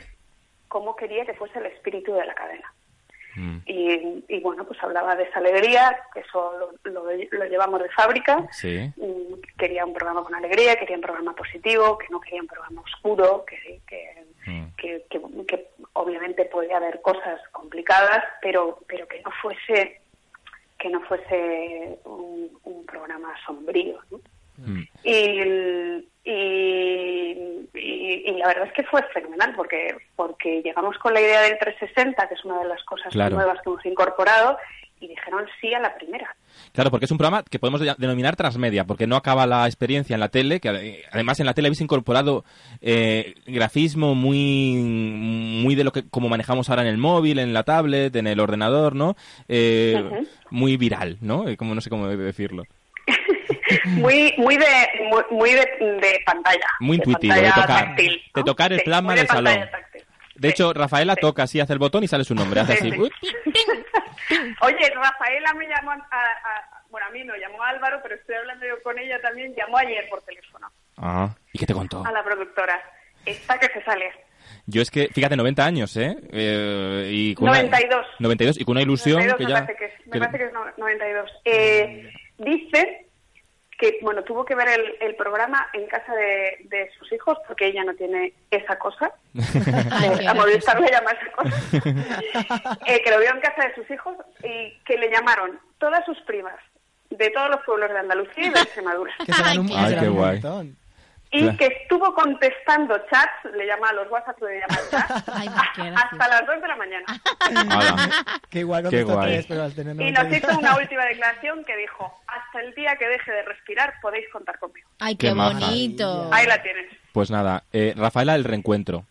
Speaker 11: cómo quería que fuese el espíritu de la cadena.
Speaker 2: Mm.
Speaker 11: Y, y, bueno, pues hablaba de esa alegría, que eso lo, lo- lo llevamos de fábrica.
Speaker 2: Sí.
Speaker 11: Mm, Quería un programa con alegría, quería un programa positivo, que no quería un programa oscuro, que, que,
Speaker 2: Mm.
Speaker 11: que- que- que obviamente podía haber cosas complicadas, pero, pero que no fuese que no fuese un, un programa sombrío. ¿no?
Speaker 2: Mm.
Speaker 11: Y, y- y- y la verdad es que fue fenomenal porque porque llegamos con la idea del 360, que es una de las cosas
Speaker 2: Claro.
Speaker 11: nuevas que hemos incorporado, y dijeron sí a la primera.
Speaker 2: Claro, porque es un programa que podemos de- denominar transmedia, porque no acaba la experiencia en la tele, que ade- además en la tele habéis incorporado eh, grafismo muy, muy de lo que como manejamos ahora en el móvil, en la tablet, en el ordenador, ¿no? Eh,
Speaker 11: Ujú.
Speaker 2: Muy viral, ¿no? Eh, Como no sé cómo de- decirlo.
Speaker 11: Muy muy de muy, muy de, de pantalla.
Speaker 2: Muy
Speaker 11: Ah, de
Speaker 2: intuitivo, de
Speaker 11: pantalla
Speaker 2: tocar.
Speaker 11: táctil,
Speaker 2: De
Speaker 11: ¿no?
Speaker 2: tocar el
Speaker 11: Sí,
Speaker 2: plasma
Speaker 11: muy
Speaker 2: del salón.
Speaker 11: pantalla táctil.
Speaker 2: De hecho, Rafaela toca así, hace el botón y sale su nombre, hace
Speaker 11: Sí,
Speaker 2: así.
Speaker 11: sí.
Speaker 2: uy,
Speaker 11: Oye, Rafaela me llamó a, a- bueno a mí no llamó a Álvaro, pero estoy hablando yo con ella también. Llamó ayer por teléfono
Speaker 2: Ah, ¿y qué te contó?
Speaker 11: a la productora. Está que se sale.
Speaker 2: Yo es que, fíjate, 90 años, ¿eh? Eh, y con
Speaker 11: 92.
Speaker 2: Una, 92, y con una ilusión
Speaker 11: 92
Speaker 2: que
Speaker 11: me
Speaker 2: ya...
Speaker 11: parece que es, me
Speaker 2: que-
Speaker 11: parece que es no- 92. Eh, dice que, bueno, tuvo que ver el, el programa en casa de, de sus hijos porque ella no tiene esa cosa. Eh, a Movistar le llama
Speaker 2: [LAUGHS]
Speaker 11: esa cosa. Eh, que lo vio en casa de sus hijos y que le llamaron [LAUGHS] todas sus primas de todos los pueblos de Andalucía y de Extremadura.
Speaker 4: Que se dan un, que
Speaker 2: Ay,
Speaker 4: se dan
Speaker 2: qué
Speaker 4: un
Speaker 2: guay.
Speaker 4: montón.
Speaker 11: Y
Speaker 2: Claro.
Speaker 11: que estuvo contestando chats, le llama a los WhatsApp, le llama a chats, hasta las 2 de la mañana.
Speaker 2: Ala.
Speaker 4: Que igual
Speaker 2: Qué
Speaker 4: contestó
Speaker 2: guay.
Speaker 4: tres, pero al tener
Speaker 11: Y
Speaker 4: 90
Speaker 11: nos hizo una última declaración que dijo, hasta el día que deje de respirar podéis contar conmigo.
Speaker 6: Ay, qué,
Speaker 2: Qué maja.
Speaker 6: bonito.
Speaker 11: Ahí la tienes.
Speaker 2: Pues nada, eh, Rafaela, el reencuentro.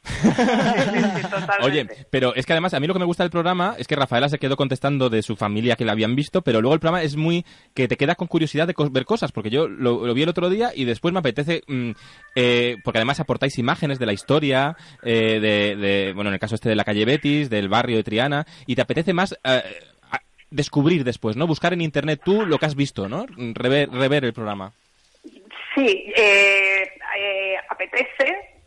Speaker 2: Oye, pero es que además a mí lo que me gusta del programa es que Rafaela se quedó contestando de su familia que la habían visto, pero luego el programa es muy que te queda con curiosidad de cos- ver cosas, porque yo lo, lo vi el otro día y después me apetece, mm, eh, porque además aportáis imágenes de la historia, eh, de, de- bueno, en el caso este de la calle Betis, del barrio de Triana, y te apetece más... eh, a- descubrir después, ¿no? Buscar en internet tú lo que has visto, ¿no? Rever, rever el programa.
Speaker 11: Sí, eh, eh, apetece,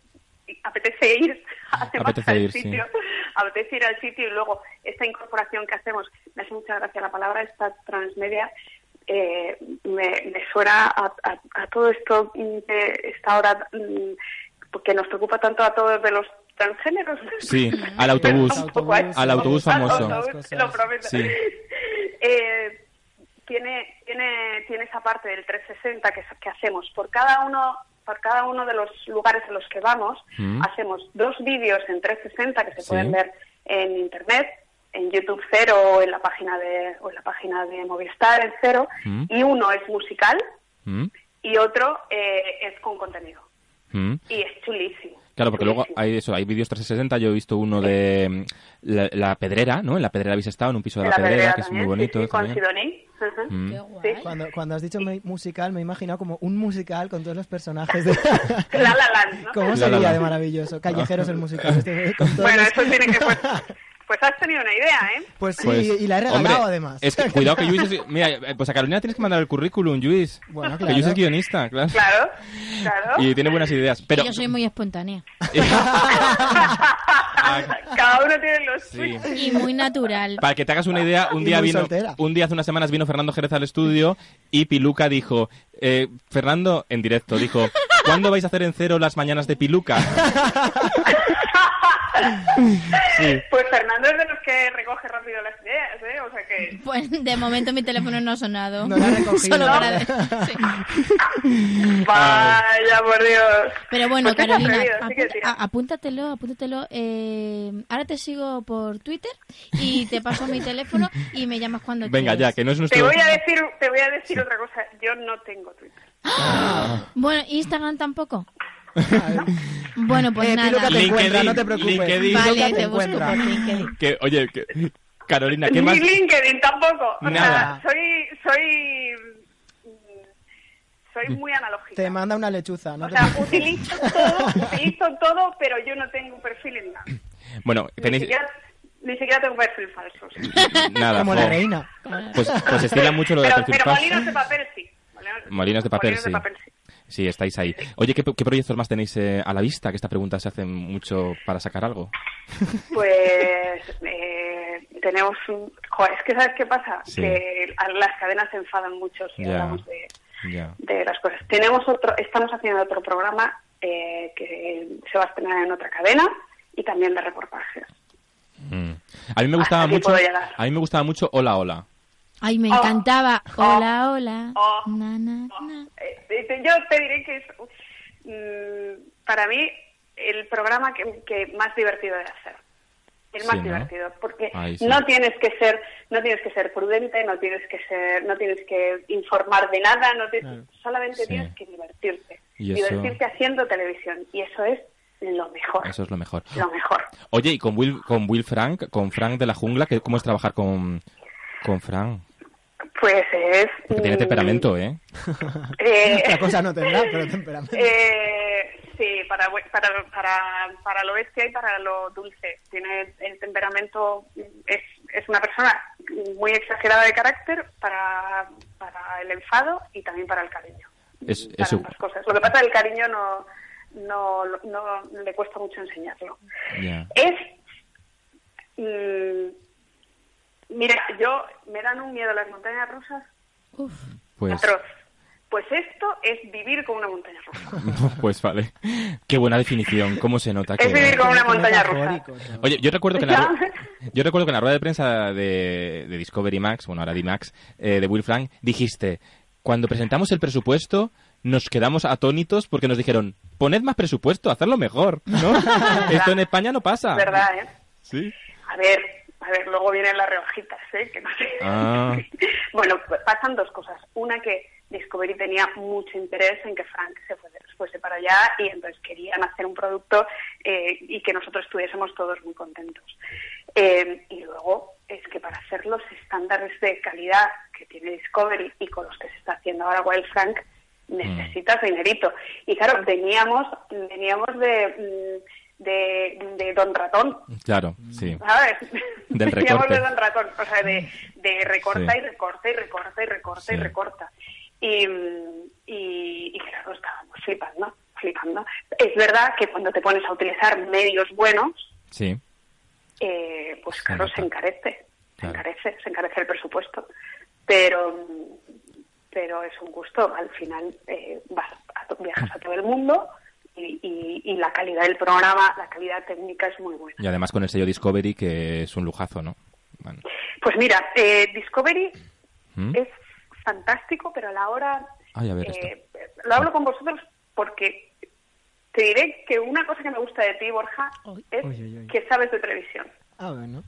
Speaker 11: apetece ir, hace falta
Speaker 2: Apetece
Speaker 11: el
Speaker 2: ir, sí.
Speaker 11: sitio, apetece ir al sitio y luego esta incorporación que hacemos, me hace mucha gracia la palabra, esta transmedia, eh, me, me suena a, a- a todo esto mm, de esta hora mm, que nos preocupa tanto a todos de los transgéneros.
Speaker 2: Sí, al autobús.
Speaker 11: Un poco a eso.
Speaker 2: Al autobús
Speaker 11: Al
Speaker 2: famoso.
Speaker 11: autobús, te lo prometo.
Speaker 2: Sí.
Speaker 11: Eh, tiene, tiene, tiene esa parte del 360 que, que hacemos. Por cada uno por cada uno de los lugares a los que vamos,
Speaker 3: Mm.
Speaker 11: hacemos dos vídeos en 360 que se
Speaker 3: Sí.
Speaker 11: pueden ver en Internet, en YouTube Cero o en la página de, o en la página de Movistar en Cero.
Speaker 2: Mm.
Speaker 11: Y uno es musical
Speaker 2: Mm,
Speaker 11: y otro eh, es con contenido.
Speaker 2: mm.
Speaker 11: Y es chulísimo.
Speaker 2: Claro, porque luego hay eso, hay vídeos 360, yo he visto uno de mm, la, la pedrera, ¿no? En la pedrera habéis estado, en un piso de la, pedrera, que es muy bonito.
Speaker 11: sí, sí, con
Speaker 2: también.
Speaker 11: Sidoní. Ajá.
Speaker 2: Mm. Qué
Speaker 11: Sí.
Speaker 4: Cuando, cuando has dicho mu- musical, me he imaginado como un musical con todos los personajes de...
Speaker 11: [LAUGHS] La La Land, ¿no?
Speaker 4: ¿Cómo
Speaker 11: La La
Speaker 4: sería
Speaker 11: Land.
Speaker 4: de maravilloso? Callejeros el musical. este, con todos
Speaker 11: Bueno,
Speaker 4: los-
Speaker 11: eso tiene que... Pues, pues has tenido una idea, ¿eh?
Speaker 4: Pues sí,
Speaker 2: Pues,
Speaker 4: y la he regalado
Speaker 2: hombre,
Speaker 4: además.
Speaker 2: Es que, cuidado que Luis es- Mira, eh, pues a Carolina tienes que mandar el currículum, Luis.
Speaker 4: [LAUGHS] Bueno,
Speaker 2: Que
Speaker 4: claro.
Speaker 2: Luis es guionista, claro.
Speaker 11: Claro, claro.
Speaker 2: Y tiene buenas ideas. Pero
Speaker 6: Yo
Speaker 2: [LAUGHS]
Speaker 6: soy muy espontánea.
Speaker 11: [LAUGHS] Cada uno tiene los
Speaker 2: Sí.
Speaker 6: Y muy natural.
Speaker 2: Para que te hagas una idea, un
Speaker 6: Y
Speaker 2: día
Speaker 6: muy
Speaker 2: vino,
Speaker 6: soltera.
Speaker 2: un día hace unas semanas vino Fernando Jerez al estudio y Piluca dijo, eh, Fernando en directo dijo, ¿cuándo vais a hacer en cero las mañanas de Piluca? Sí.
Speaker 11: Pues Fernando es de los que recoge rápido las ideas, ¿eh? O sea que...
Speaker 6: Pues de momento mi teléfono no ha sonado.
Speaker 11: No lo ha recogido.
Speaker 6: Solo para de-
Speaker 2: Ah,
Speaker 11: Vaya, por Dios.
Speaker 6: Pero bueno,
Speaker 11: Pues es
Speaker 6: Carolina,
Speaker 11: atrevido, sí que
Speaker 6: apunta- a- apúntatelo, apúntatelo. eh, ahora te sigo por Twitter y te paso mi teléfono y me llamas cuando
Speaker 2: Venga, ya,
Speaker 6: quieras.
Speaker 2: que no es
Speaker 11: Te
Speaker 2: nuestro...
Speaker 11: voy a decir, te voy a decir otra cosa. Yo no tengo Twitter.
Speaker 6: [GASPS] Bueno, Instagram tampoco. bueno, pues
Speaker 4: Eh,
Speaker 6: nada.
Speaker 4: Piluca te
Speaker 2: LinkedIn,
Speaker 4: encuentra, no te preocupes.
Speaker 2: LinkedIn.
Speaker 4: Piluca
Speaker 6: Vale, te busco
Speaker 4: encuentra.
Speaker 6: por LinkedIn.
Speaker 2: Que, oye, que- Carolina, ¿qué
Speaker 11: Ni
Speaker 2: más?
Speaker 11: LinkedIn tampoco. O
Speaker 2: Nada.
Speaker 11: sea, soy, soy, soy muy analógica.
Speaker 4: Te manda una lechuza, ¿no?
Speaker 11: O
Speaker 4: [LAUGHS]
Speaker 11: sea, utilizo todo, utilizo todo, pero yo no tengo perfil en nada.
Speaker 2: Bueno,
Speaker 11: Ni
Speaker 2: tenéis...
Speaker 11: siquiera, ni siquiera tengo perfil falso.
Speaker 2: Nada,
Speaker 4: Como la
Speaker 2: jo.
Speaker 4: reina.
Speaker 2: Pues, pues estila mucho lo de
Speaker 11: pero,
Speaker 2: perfil
Speaker 11: pero
Speaker 2: falso.
Speaker 11: molinos de papel sí. Molinos,
Speaker 2: Molinos de papel,
Speaker 11: molinos
Speaker 2: sí. Sí, estáis ahí. Oye, ¿qué, qué proyectos más tenéis eh, a la vista? Que esta pregunta se hace mucho para sacar algo.
Speaker 11: Pues eh, tenemos un... jo, es que ¿sabes qué pasa?
Speaker 2: Sí.
Speaker 11: Que a- las cadenas se enfadan mucho si
Speaker 2: Ya.
Speaker 11: hablamos de,
Speaker 2: Ya.
Speaker 11: de las cosas. Tenemos otro, estamos haciendo otro programa eh, que se va a estrenar en otra cadena y también de reportajes.
Speaker 2: Mm. A mí me gustaba
Speaker 11: aquí
Speaker 2: mucho.
Speaker 11: puedo llegar.
Speaker 2: A mí me gustaba mucho Hola Hola.
Speaker 6: Ay,
Speaker 11: Oh,
Speaker 6: me encantaba. Hola, hola. Na, na, na.
Speaker 11: Eh, eh, Yo te diré que es, mm, para mí, el programa que, que más divertido de hacer. El más
Speaker 3: Sí, ¿no?
Speaker 11: divertido, porque
Speaker 3: Ahí sí.
Speaker 11: no tienes que ser, no tienes que ser prudente, no tienes que ser, no tienes que informar de nada, no tienes-
Speaker 3: Claro.
Speaker 11: solamente
Speaker 2: Sí.
Speaker 11: tienes que divertirte,
Speaker 2: Y eso-
Speaker 11: divertirte haciendo televisión y eso es lo mejor,
Speaker 2: Eso es lo mejor.
Speaker 11: lo mejor.
Speaker 2: Oye, y con Will, con Will Frank, con Frank de la jungla, que ¿cómo es trabajar con, con Frank?
Speaker 11: Pues es
Speaker 2: Porque tiene
Speaker 11: mm,
Speaker 2: temperamento, ¿eh?
Speaker 11: eh,
Speaker 4: Otra cosa no tendrá, pero temperamento.
Speaker 11: Eh, sí, para, bu- para, para, para lo bestia y para lo dulce. Tiene el, el temperamento, es, es una persona muy exagerada de carácter para, para el enfado y también para el cariño.
Speaker 2: Es,
Speaker 11: Para
Speaker 2: es su-
Speaker 11: ambas cosas. Lo que pasa es que el cariño no, no, no, le cuesta mucho enseñarlo.
Speaker 2: ya.
Speaker 11: Es. mm, mira, yo me dan un miedo las montañas rusas
Speaker 2: Pues,
Speaker 11: atroz. Pues esto es vivir con una montaña rusa.
Speaker 2: [LAUGHS] pues vale. Qué buena definición. ¿Cómo se nota?
Speaker 11: Es
Speaker 2: que-
Speaker 11: vivir con una montaña rusa.
Speaker 4: Metafórico,
Speaker 2: Oye, yo recuerdo que en la, ru- yo recuerdo que en la rueda de prensa de, de Discovery Max, bueno, ahora D-Max, eh, de Will Frank, dijiste, cuando presentamos el presupuesto, nos quedamos atónitos porque nos dijeron, poned más presupuesto, hacerlo mejor,
Speaker 11: [LAUGHS]
Speaker 2: ¿no? Esto en España no pasa.
Speaker 11: ¿Verdad, eh?
Speaker 2: Sí.
Speaker 11: A ver, a ver, luego vienen las rebajitas, ¿eh? Que no sé.
Speaker 2: Ah,
Speaker 11: Bueno, pues pasan dos cosas. Una que Discovery tenía mucho interés en que Frank se fuese, fuese para allá y entonces querían hacer un producto eh, y que nosotros estuviésemos todos muy contentos. Eh, y luego es que para hacer los estándares de calidad que tiene Discovery y con los que se está haciendo ahora Wild Frank,
Speaker 2: Mm.
Speaker 11: necesitas dinerito. Y claro, veníamos, veníamos de, mm, de, de Don Ratón,
Speaker 2: claro,
Speaker 11: [LAUGHS]
Speaker 2: sí.
Speaker 11: ¿sabes? [LAUGHS]
Speaker 2: Del
Speaker 11: Teníamos
Speaker 2: recorte.
Speaker 11: de Don Ratón, o sea, de, de recorta
Speaker 2: Sí.
Speaker 11: y recorta y recorta y recorta y
Speaker 2: Sí.
Speaker 11: recorta. Y, mm, y, y claro, estábamos flipando, flipando. Es verdad que cuando te pones a utilizar medios buenos,
Speaker 2: Sí.
Speaker 11: eh, pues claro, se encarece, se
Speaker 2: Claro.
Speaker 11: encarece, se encarece el presupuesto. Pero, mm, pero es un gusto. Al final eh, vas a to- viajas a todo el mundo y, y- y la calidad del programa, la calidad técnica es muy buena.
Speaker 2: Y además con el sello Discovery, que es un lujazo, ¿no? Bueno.
Speaker 11: Pues mira, eh, Discovery
Speaker 2: ¿Mm?
Speaker 11: es fantástico, pero a la hora...
Speaker 2: Ay, a ver esto.
Speaker 11: eh, lo hablo con vosotros porque te diré que una cosa que me gusta de ti, Borja, es
Speaker 2: Uy, uy, uy.
Speaker 11: que sabes de televisión.
Speaker 4: Ah, bueno.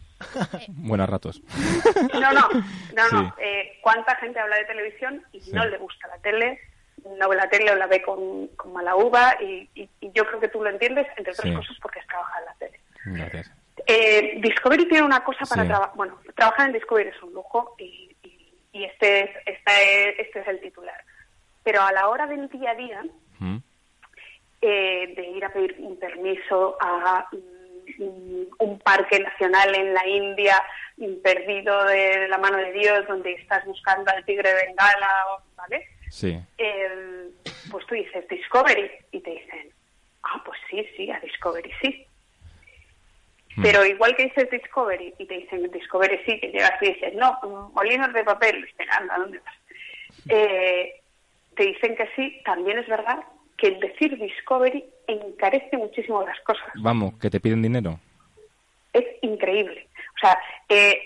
Speaker 2: Buenos ratos.
Speaker 11: [LAUGHS] No, no, no, no.
Speaker 2: Sí.
Speaker 11: Eh, ¿Cuánta gente habla de televisión y
Speaker 2: Sí.
Speaker 11: no le gusta la tele? No ve la tele o la ve con, con mala uva y, y- y yo creo que tú lo entiendes, entre otras
Speaker 2: Sí.
Speaker 11: cosas, porque has trabajado en la tele.
Speaker 2: Gracias.
Speaker 11: Eh, Discovery tiene una cosa para
Speaker 2: Sí.
Speaker 11: trabajar. Bueno, trabajar en Discovery es un lujo y, y- y este, es, esta es- este es el titular. Pero a la hora del día a día,
Speaker 2: ¿Mm?
Speaker 11: eh, de ir a pedir un permiso a mm, un parque nacional en la India, mm, perdido de la mano de Dios, donde estás buscando al tigre de Bengala, o- ¿vale?
Speaker 2: Sí.
Speaker 11: Eh, pues tú dices Discovery y te dicen, ah, pues sí, sí, a Discovery sí.
Speaker 2: Mm.
Speaker 11: Pero igual que dices Discovery y te dicen Discovery sí, que llegas y dices, no, mm, molinos de papel, esperando, ¿a dónde vas? Eh, te dicen que sí, también es verdad que el decir Discovery encarece muchísimo las cosas.
Speaker 2: Vamos, que te piden dinero.
Speaker 11: Es increíble. O sea, eh,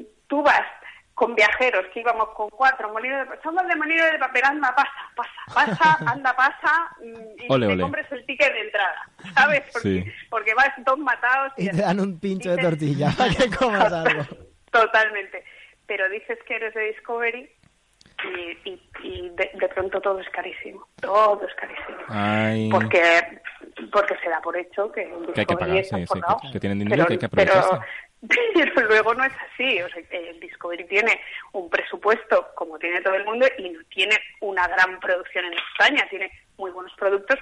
Speaker 11: mm, tú vas con viajeros que íbamos con cuatro molinos de somos de molino de papel, anda, pasa, pasa,
Speaker 2: [LAUGHS]
Speaker 11: pasa, anda, pasa, mm, y
Speaker 2: Ole,
Speaker 11: te
Speaker 2: ole.
Speaker 11: compres el ticket de entrada, ¿sabes? Porque,
Speaker 2: Sí.
Speaker 11: porque vas dos matados y
Speaker 4: Y te dan un pincho de tortilla para que comas algo.
Speaker 11: Totalmente. Pero dices que eres de Discovery y, y- y de, de pronto todo es carísimo. Todo es carísimo.
Speaker 2: Ay.
Speaker 11: Porque, porque se da por hecho que, en
Speaker 2: Que hay que
Speaker 11: Discovery
Speaker 2: pagar,
Speaker 11: están
Speaker 2: sí, sí,
Speaker 11: forrados.
Speaker 2: que- que tienen dinero y que hay que
Speaker 11: pero-
Speaker 2: aprovecharse.
Speaker 11: Pero, luego no es así. O sea, el Discovery tiene un presupuesto como tiene todo el mundo y no tiene una gran producción en España. Tiene muy buenos productos,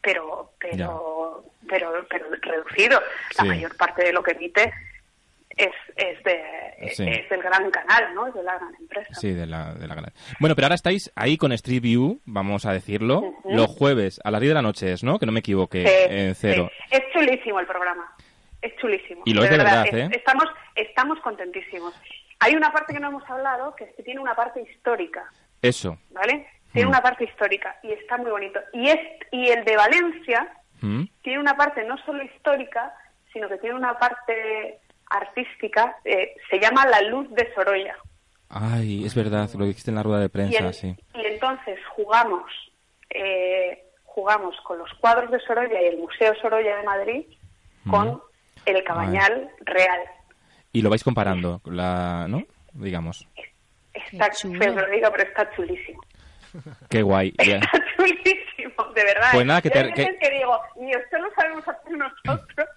Speaker 11: pero pero pero, pero reducido. La
Speaker 2: Sí.
Speaker 11: mayor parte de lo que emite es, es, de,
Speaker 2: Sí.
Speaker 11: es del gran canal, ¿no? Es de la gran empresa.
Speaker 2: Sí, de la, de la gala. Bueno, pero ahora estáis ahí con Street View, vamos a decirlo,
Speaker 11: Ujú.
Speaker 2: los jueves a las 10 de la noche es, ¿no? Que no me equivoque,
Speaker 11: Sí,
Speaker 2: en cero.
Speaker 11: sí. Es chulísimo el programa. Es chulísimo.
Speaker 2: Y lo es de verdad,
Speaker 11: es-
Speaker 2: ¿eh?
Speaker 11: Estamos, estamos contentísimos. Hay una parte que no hemos hablado, que es que tiene una parte histórica,
Speaker 2: Eso.
Speaker 11: ¿vale? Tiene
Speaker 2: Mm.
Speaker 11: una parte histórica y está muy bonito. Y, es, y el de Valencia
Speaker 2: ¿Mm?
Speaker 11: tiene una parte no solo histórica, sino que tiene una parte artística. eh, se llama La Luz de Sorolla.
Speaker 2: Ay, es verdad, lo dijiste en la rueda de
Speaker 11: y,
Speaker 2: prensa,
Speaker 11: en-
Speaker 2: sí.
Speaker 11: y entonces jugamos eh, jugamos con los cuadros de Sorolla y el Museo Sorolla de Madrid con
Speaker 2: Mm.
Speaker 11: el Cabañal Real.
Speaker 2: Y lo vais comparando, la, ¿no? Digamos.
Speaker 11: Está, feo que lo diga, pero está chulísimo.
Speaker 2: Qué
Speaker 11: [LAUGHS]
Speaker 2: guay. Ya.
Speaker 11: Está chulísimo, de verdad.
Speaker 2: Pues nada, que
Speaker 11: Yo
Speaker 2: te-
Speaker 11: hay veces
Speaker 2: que-
Speaker 11: que digo, ni esto lo sabemos hacer nosotros.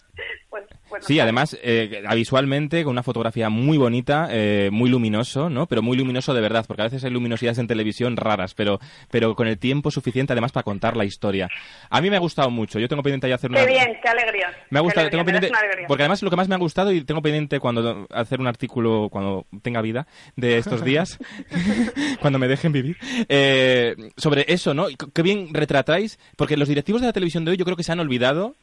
Speaker 11: Pues, bueno,
Speaker 2: Sí, además, eh, visualmente, con una fotografía muy bonita, eh, muy luminoso, ¿no? Pero muy luminoso de verdad, porque a veces hay luminosidades en televisión raras, pero, pero con el tiempo suficiente además para contar la historia. A mí me ha gustado mucho, yo tengo pendiente ya hacer
Speaker 11: Qué
Speaker 2: una...
Speaker 11: bien, qué alegría.
Speaker 2: Me ha
Speaker 11: Qué
Speaker 2: gustado,
Speaker 11: alegría,
Speaker 2: tengo
Speaker 11: me das
Speaker 2: pendiente,
Speaker 11: una alegría.
Speaker 2: porque además lo que más me ha gustado y tengo pendiente cuando hacer un artículo cuando tenga vida de estos
Speaker 11: [LAUGHS]
Speaker 2: días, cuando me dejen vivir, eh, sobre eso, ¿no? Y c- Qué bien retratáis, porque los directivos de la televisión de hoy yo creo que se han olvidado.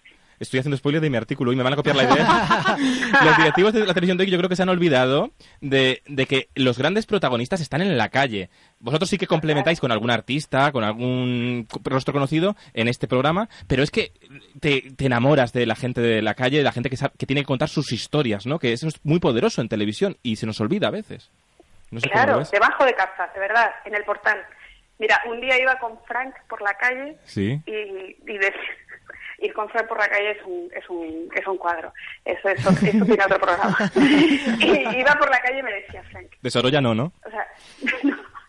Speaker 2: Estoy haciendo spoiler de mi artículo y me van a copiar la idea. los directivos de la televisión de hoy yo creo que se han olvidado de, de que los grandes protagonistas están en la calle. Vosotros sí que complementáis con algún artista, con algún co- rostro conocido en este programa, pero es que te, te enamoras de la gente de la calle, de la gente que, sa- que tiene que contar sus historias, ¿no? Que eso es muy poderoso en televisión y se nos olvida a veces. No sé cómo lo
Speaker 11: Claro,
Speaker 2: ves.
Speaker 11: debajo de casa, de verdad, en el portal. Mira, un día iba con Frank por la calle
Speaker 2: Sí.
Speaker 11: y, y decir, ir con Fred por la calle es un, es un, es un cuadro. Eso, eso, eso tiene otro programa. y iba por la calle y me decía Frank,
Speaker 2: De Sorolla no, ¿no?
Speaker 11: o sea,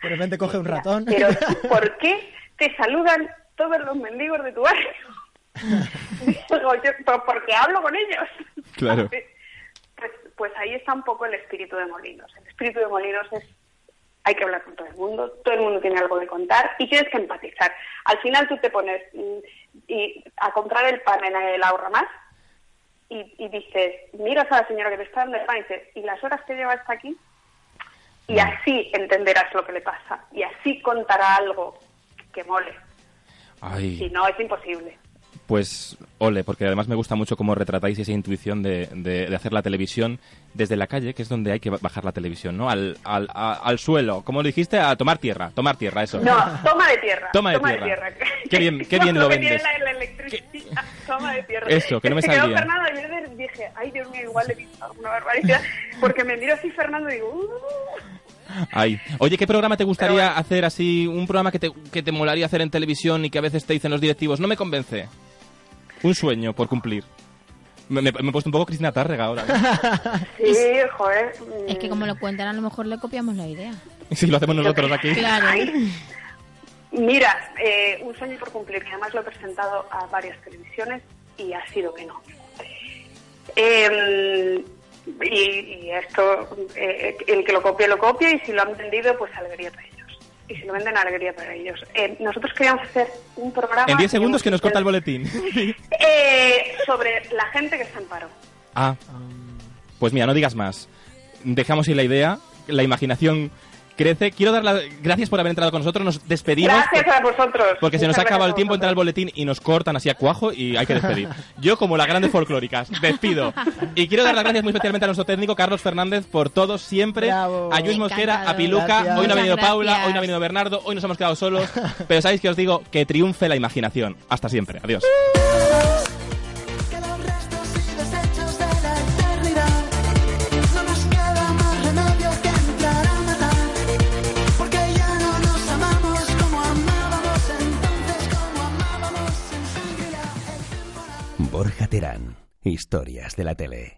Speaker 4: De repente coge un ratón.
Speaker 11: pero ¿por qué te saludan todos los mendigos de tu barrio? Digo, yo, "Pues porque hablo con ellos.
Speaker 2: Claro.
Speaker 11: Pues, pues ahí está un poco el espíritu de Molinos. El espíritu de Molinos es hay que hablar con todo el mundo, todo el mundo tiene algo de contar y tienes que empatizar. Al final tú te pones mm, y, a comprar el pan en el ahorra más y, y dices, miras a la señora que te está dando el pan y dices, ¿y las horas que lleva hasta aquí? Y así entenderás lo que le pasa y así contará algo que mole.
Speaker 2: Ay.
Speaker 11: Si no, es imposible.
Speaker 2: Pues ole, porque además me gusta mucho cómo retratáis esa intuición de, de- de hacer la televisión desde la calle, que es donde hay que ba- bajar la televisión, ¿no? Al, al, a- al suelo, como dijiste, a tomar tierra, tomar tierra, eso.
Speaker 11: No, toma de tierra.
Speaker 2: Toma de tierra. Qué
Speaker 11: [LAUGHS]
Speaker 2: bien- qué bien lo
Speaker 11: que tiene
Speaker 2: vendes.
Speaker 11: la- la electricidad. Toma de tierra.
Speaker 2: Eso, que no me
Speaker 11: Se quedó
Speaker 2: salía.
Speaker 11: Fernando Ah, ayer de- dije, ay Dios mío, igual le he dicho alguna barbaridad. Porque me miro así Fernando y digo, "Uh".
Speaker 2: Ahí. Oye, ¿qué programa te gustaría hacer así? Un programa que te, que te molaría hacer en televisión y que a veces te dicen los directivos, no me convence. Un sueño por cumplir. Me, me- me he puesto un poco Cristina Tárrega ahora. ¿eh? [LAUGHS]
Speaker 11: sí, joder. mm,
Speaker 6: Es que como lo cuentan, a lo mejor le copiamos la idea.
Speaker 2: Si lo hacemos nosotros aquí.
Speaker 6: Claro.
Speaker 11: Mira, eh, un sueño por cumplir, que además lo he presentado a varias televisiones y ha sido que no. Eh, y, y esto, eh, el que lo copie, lo copia y si lo han vendido, pues alegría para ellos. Y si lo venden, alegría para ellos. Eh, nosotros queríamos hacer un programa
Speaker 2: En 10 segundos que nos corta el boletín.
Speaker 11: [LAUGHS] eh, sobre la gente que está en paro.
Speaker 2: Ah. Pues mira, no digas más. Dejamos ir la idea, la imaginación crece. Quiero dar las gracias por haber entrado con nosotros. Nos despedimos.
Speaker 11: Gracias a vosotros.
Speaker 2: Porque se nos
Speaker 11: Muchas
Speaker 2: ha acabado el
Speaker 11: gracias
Speaker 2: tiempo, entra el boletín y nos cortan así a cuajo y hay que despedir. Yo, como las grandes folclóricas, despido. Y quiero dar las gracias muy especialmente a nuestro técnico, Carlos Fernández, por todo siempre.
Speaker 4: Bravo.
Speaker 2: A Luis Mosquera, a
Speaker 4: Encantado.
Speaker 2: Piluca, hoy
Speaker 4: Gracias.
Speaker 2: no ha
Speaker 4: Muchas
Speaker 2: venido Paula,
Speaker 4: gracias.
Speaker 2: hoy no ha venido Bernardo, hoy nos hemos quedado solos. [LAUGHS] Pero sabéis que os digo que triunfe la imaginación. Hasta siempre. Adiós.
Speaker 1: Que los restos y desechos de la eternidad no nos queda más remedio que entrar a matar, porque ya no nos amamos como amábamos entonces, como amábamos en sangre.
Speaker 14: Borja Terán, historias de la tele.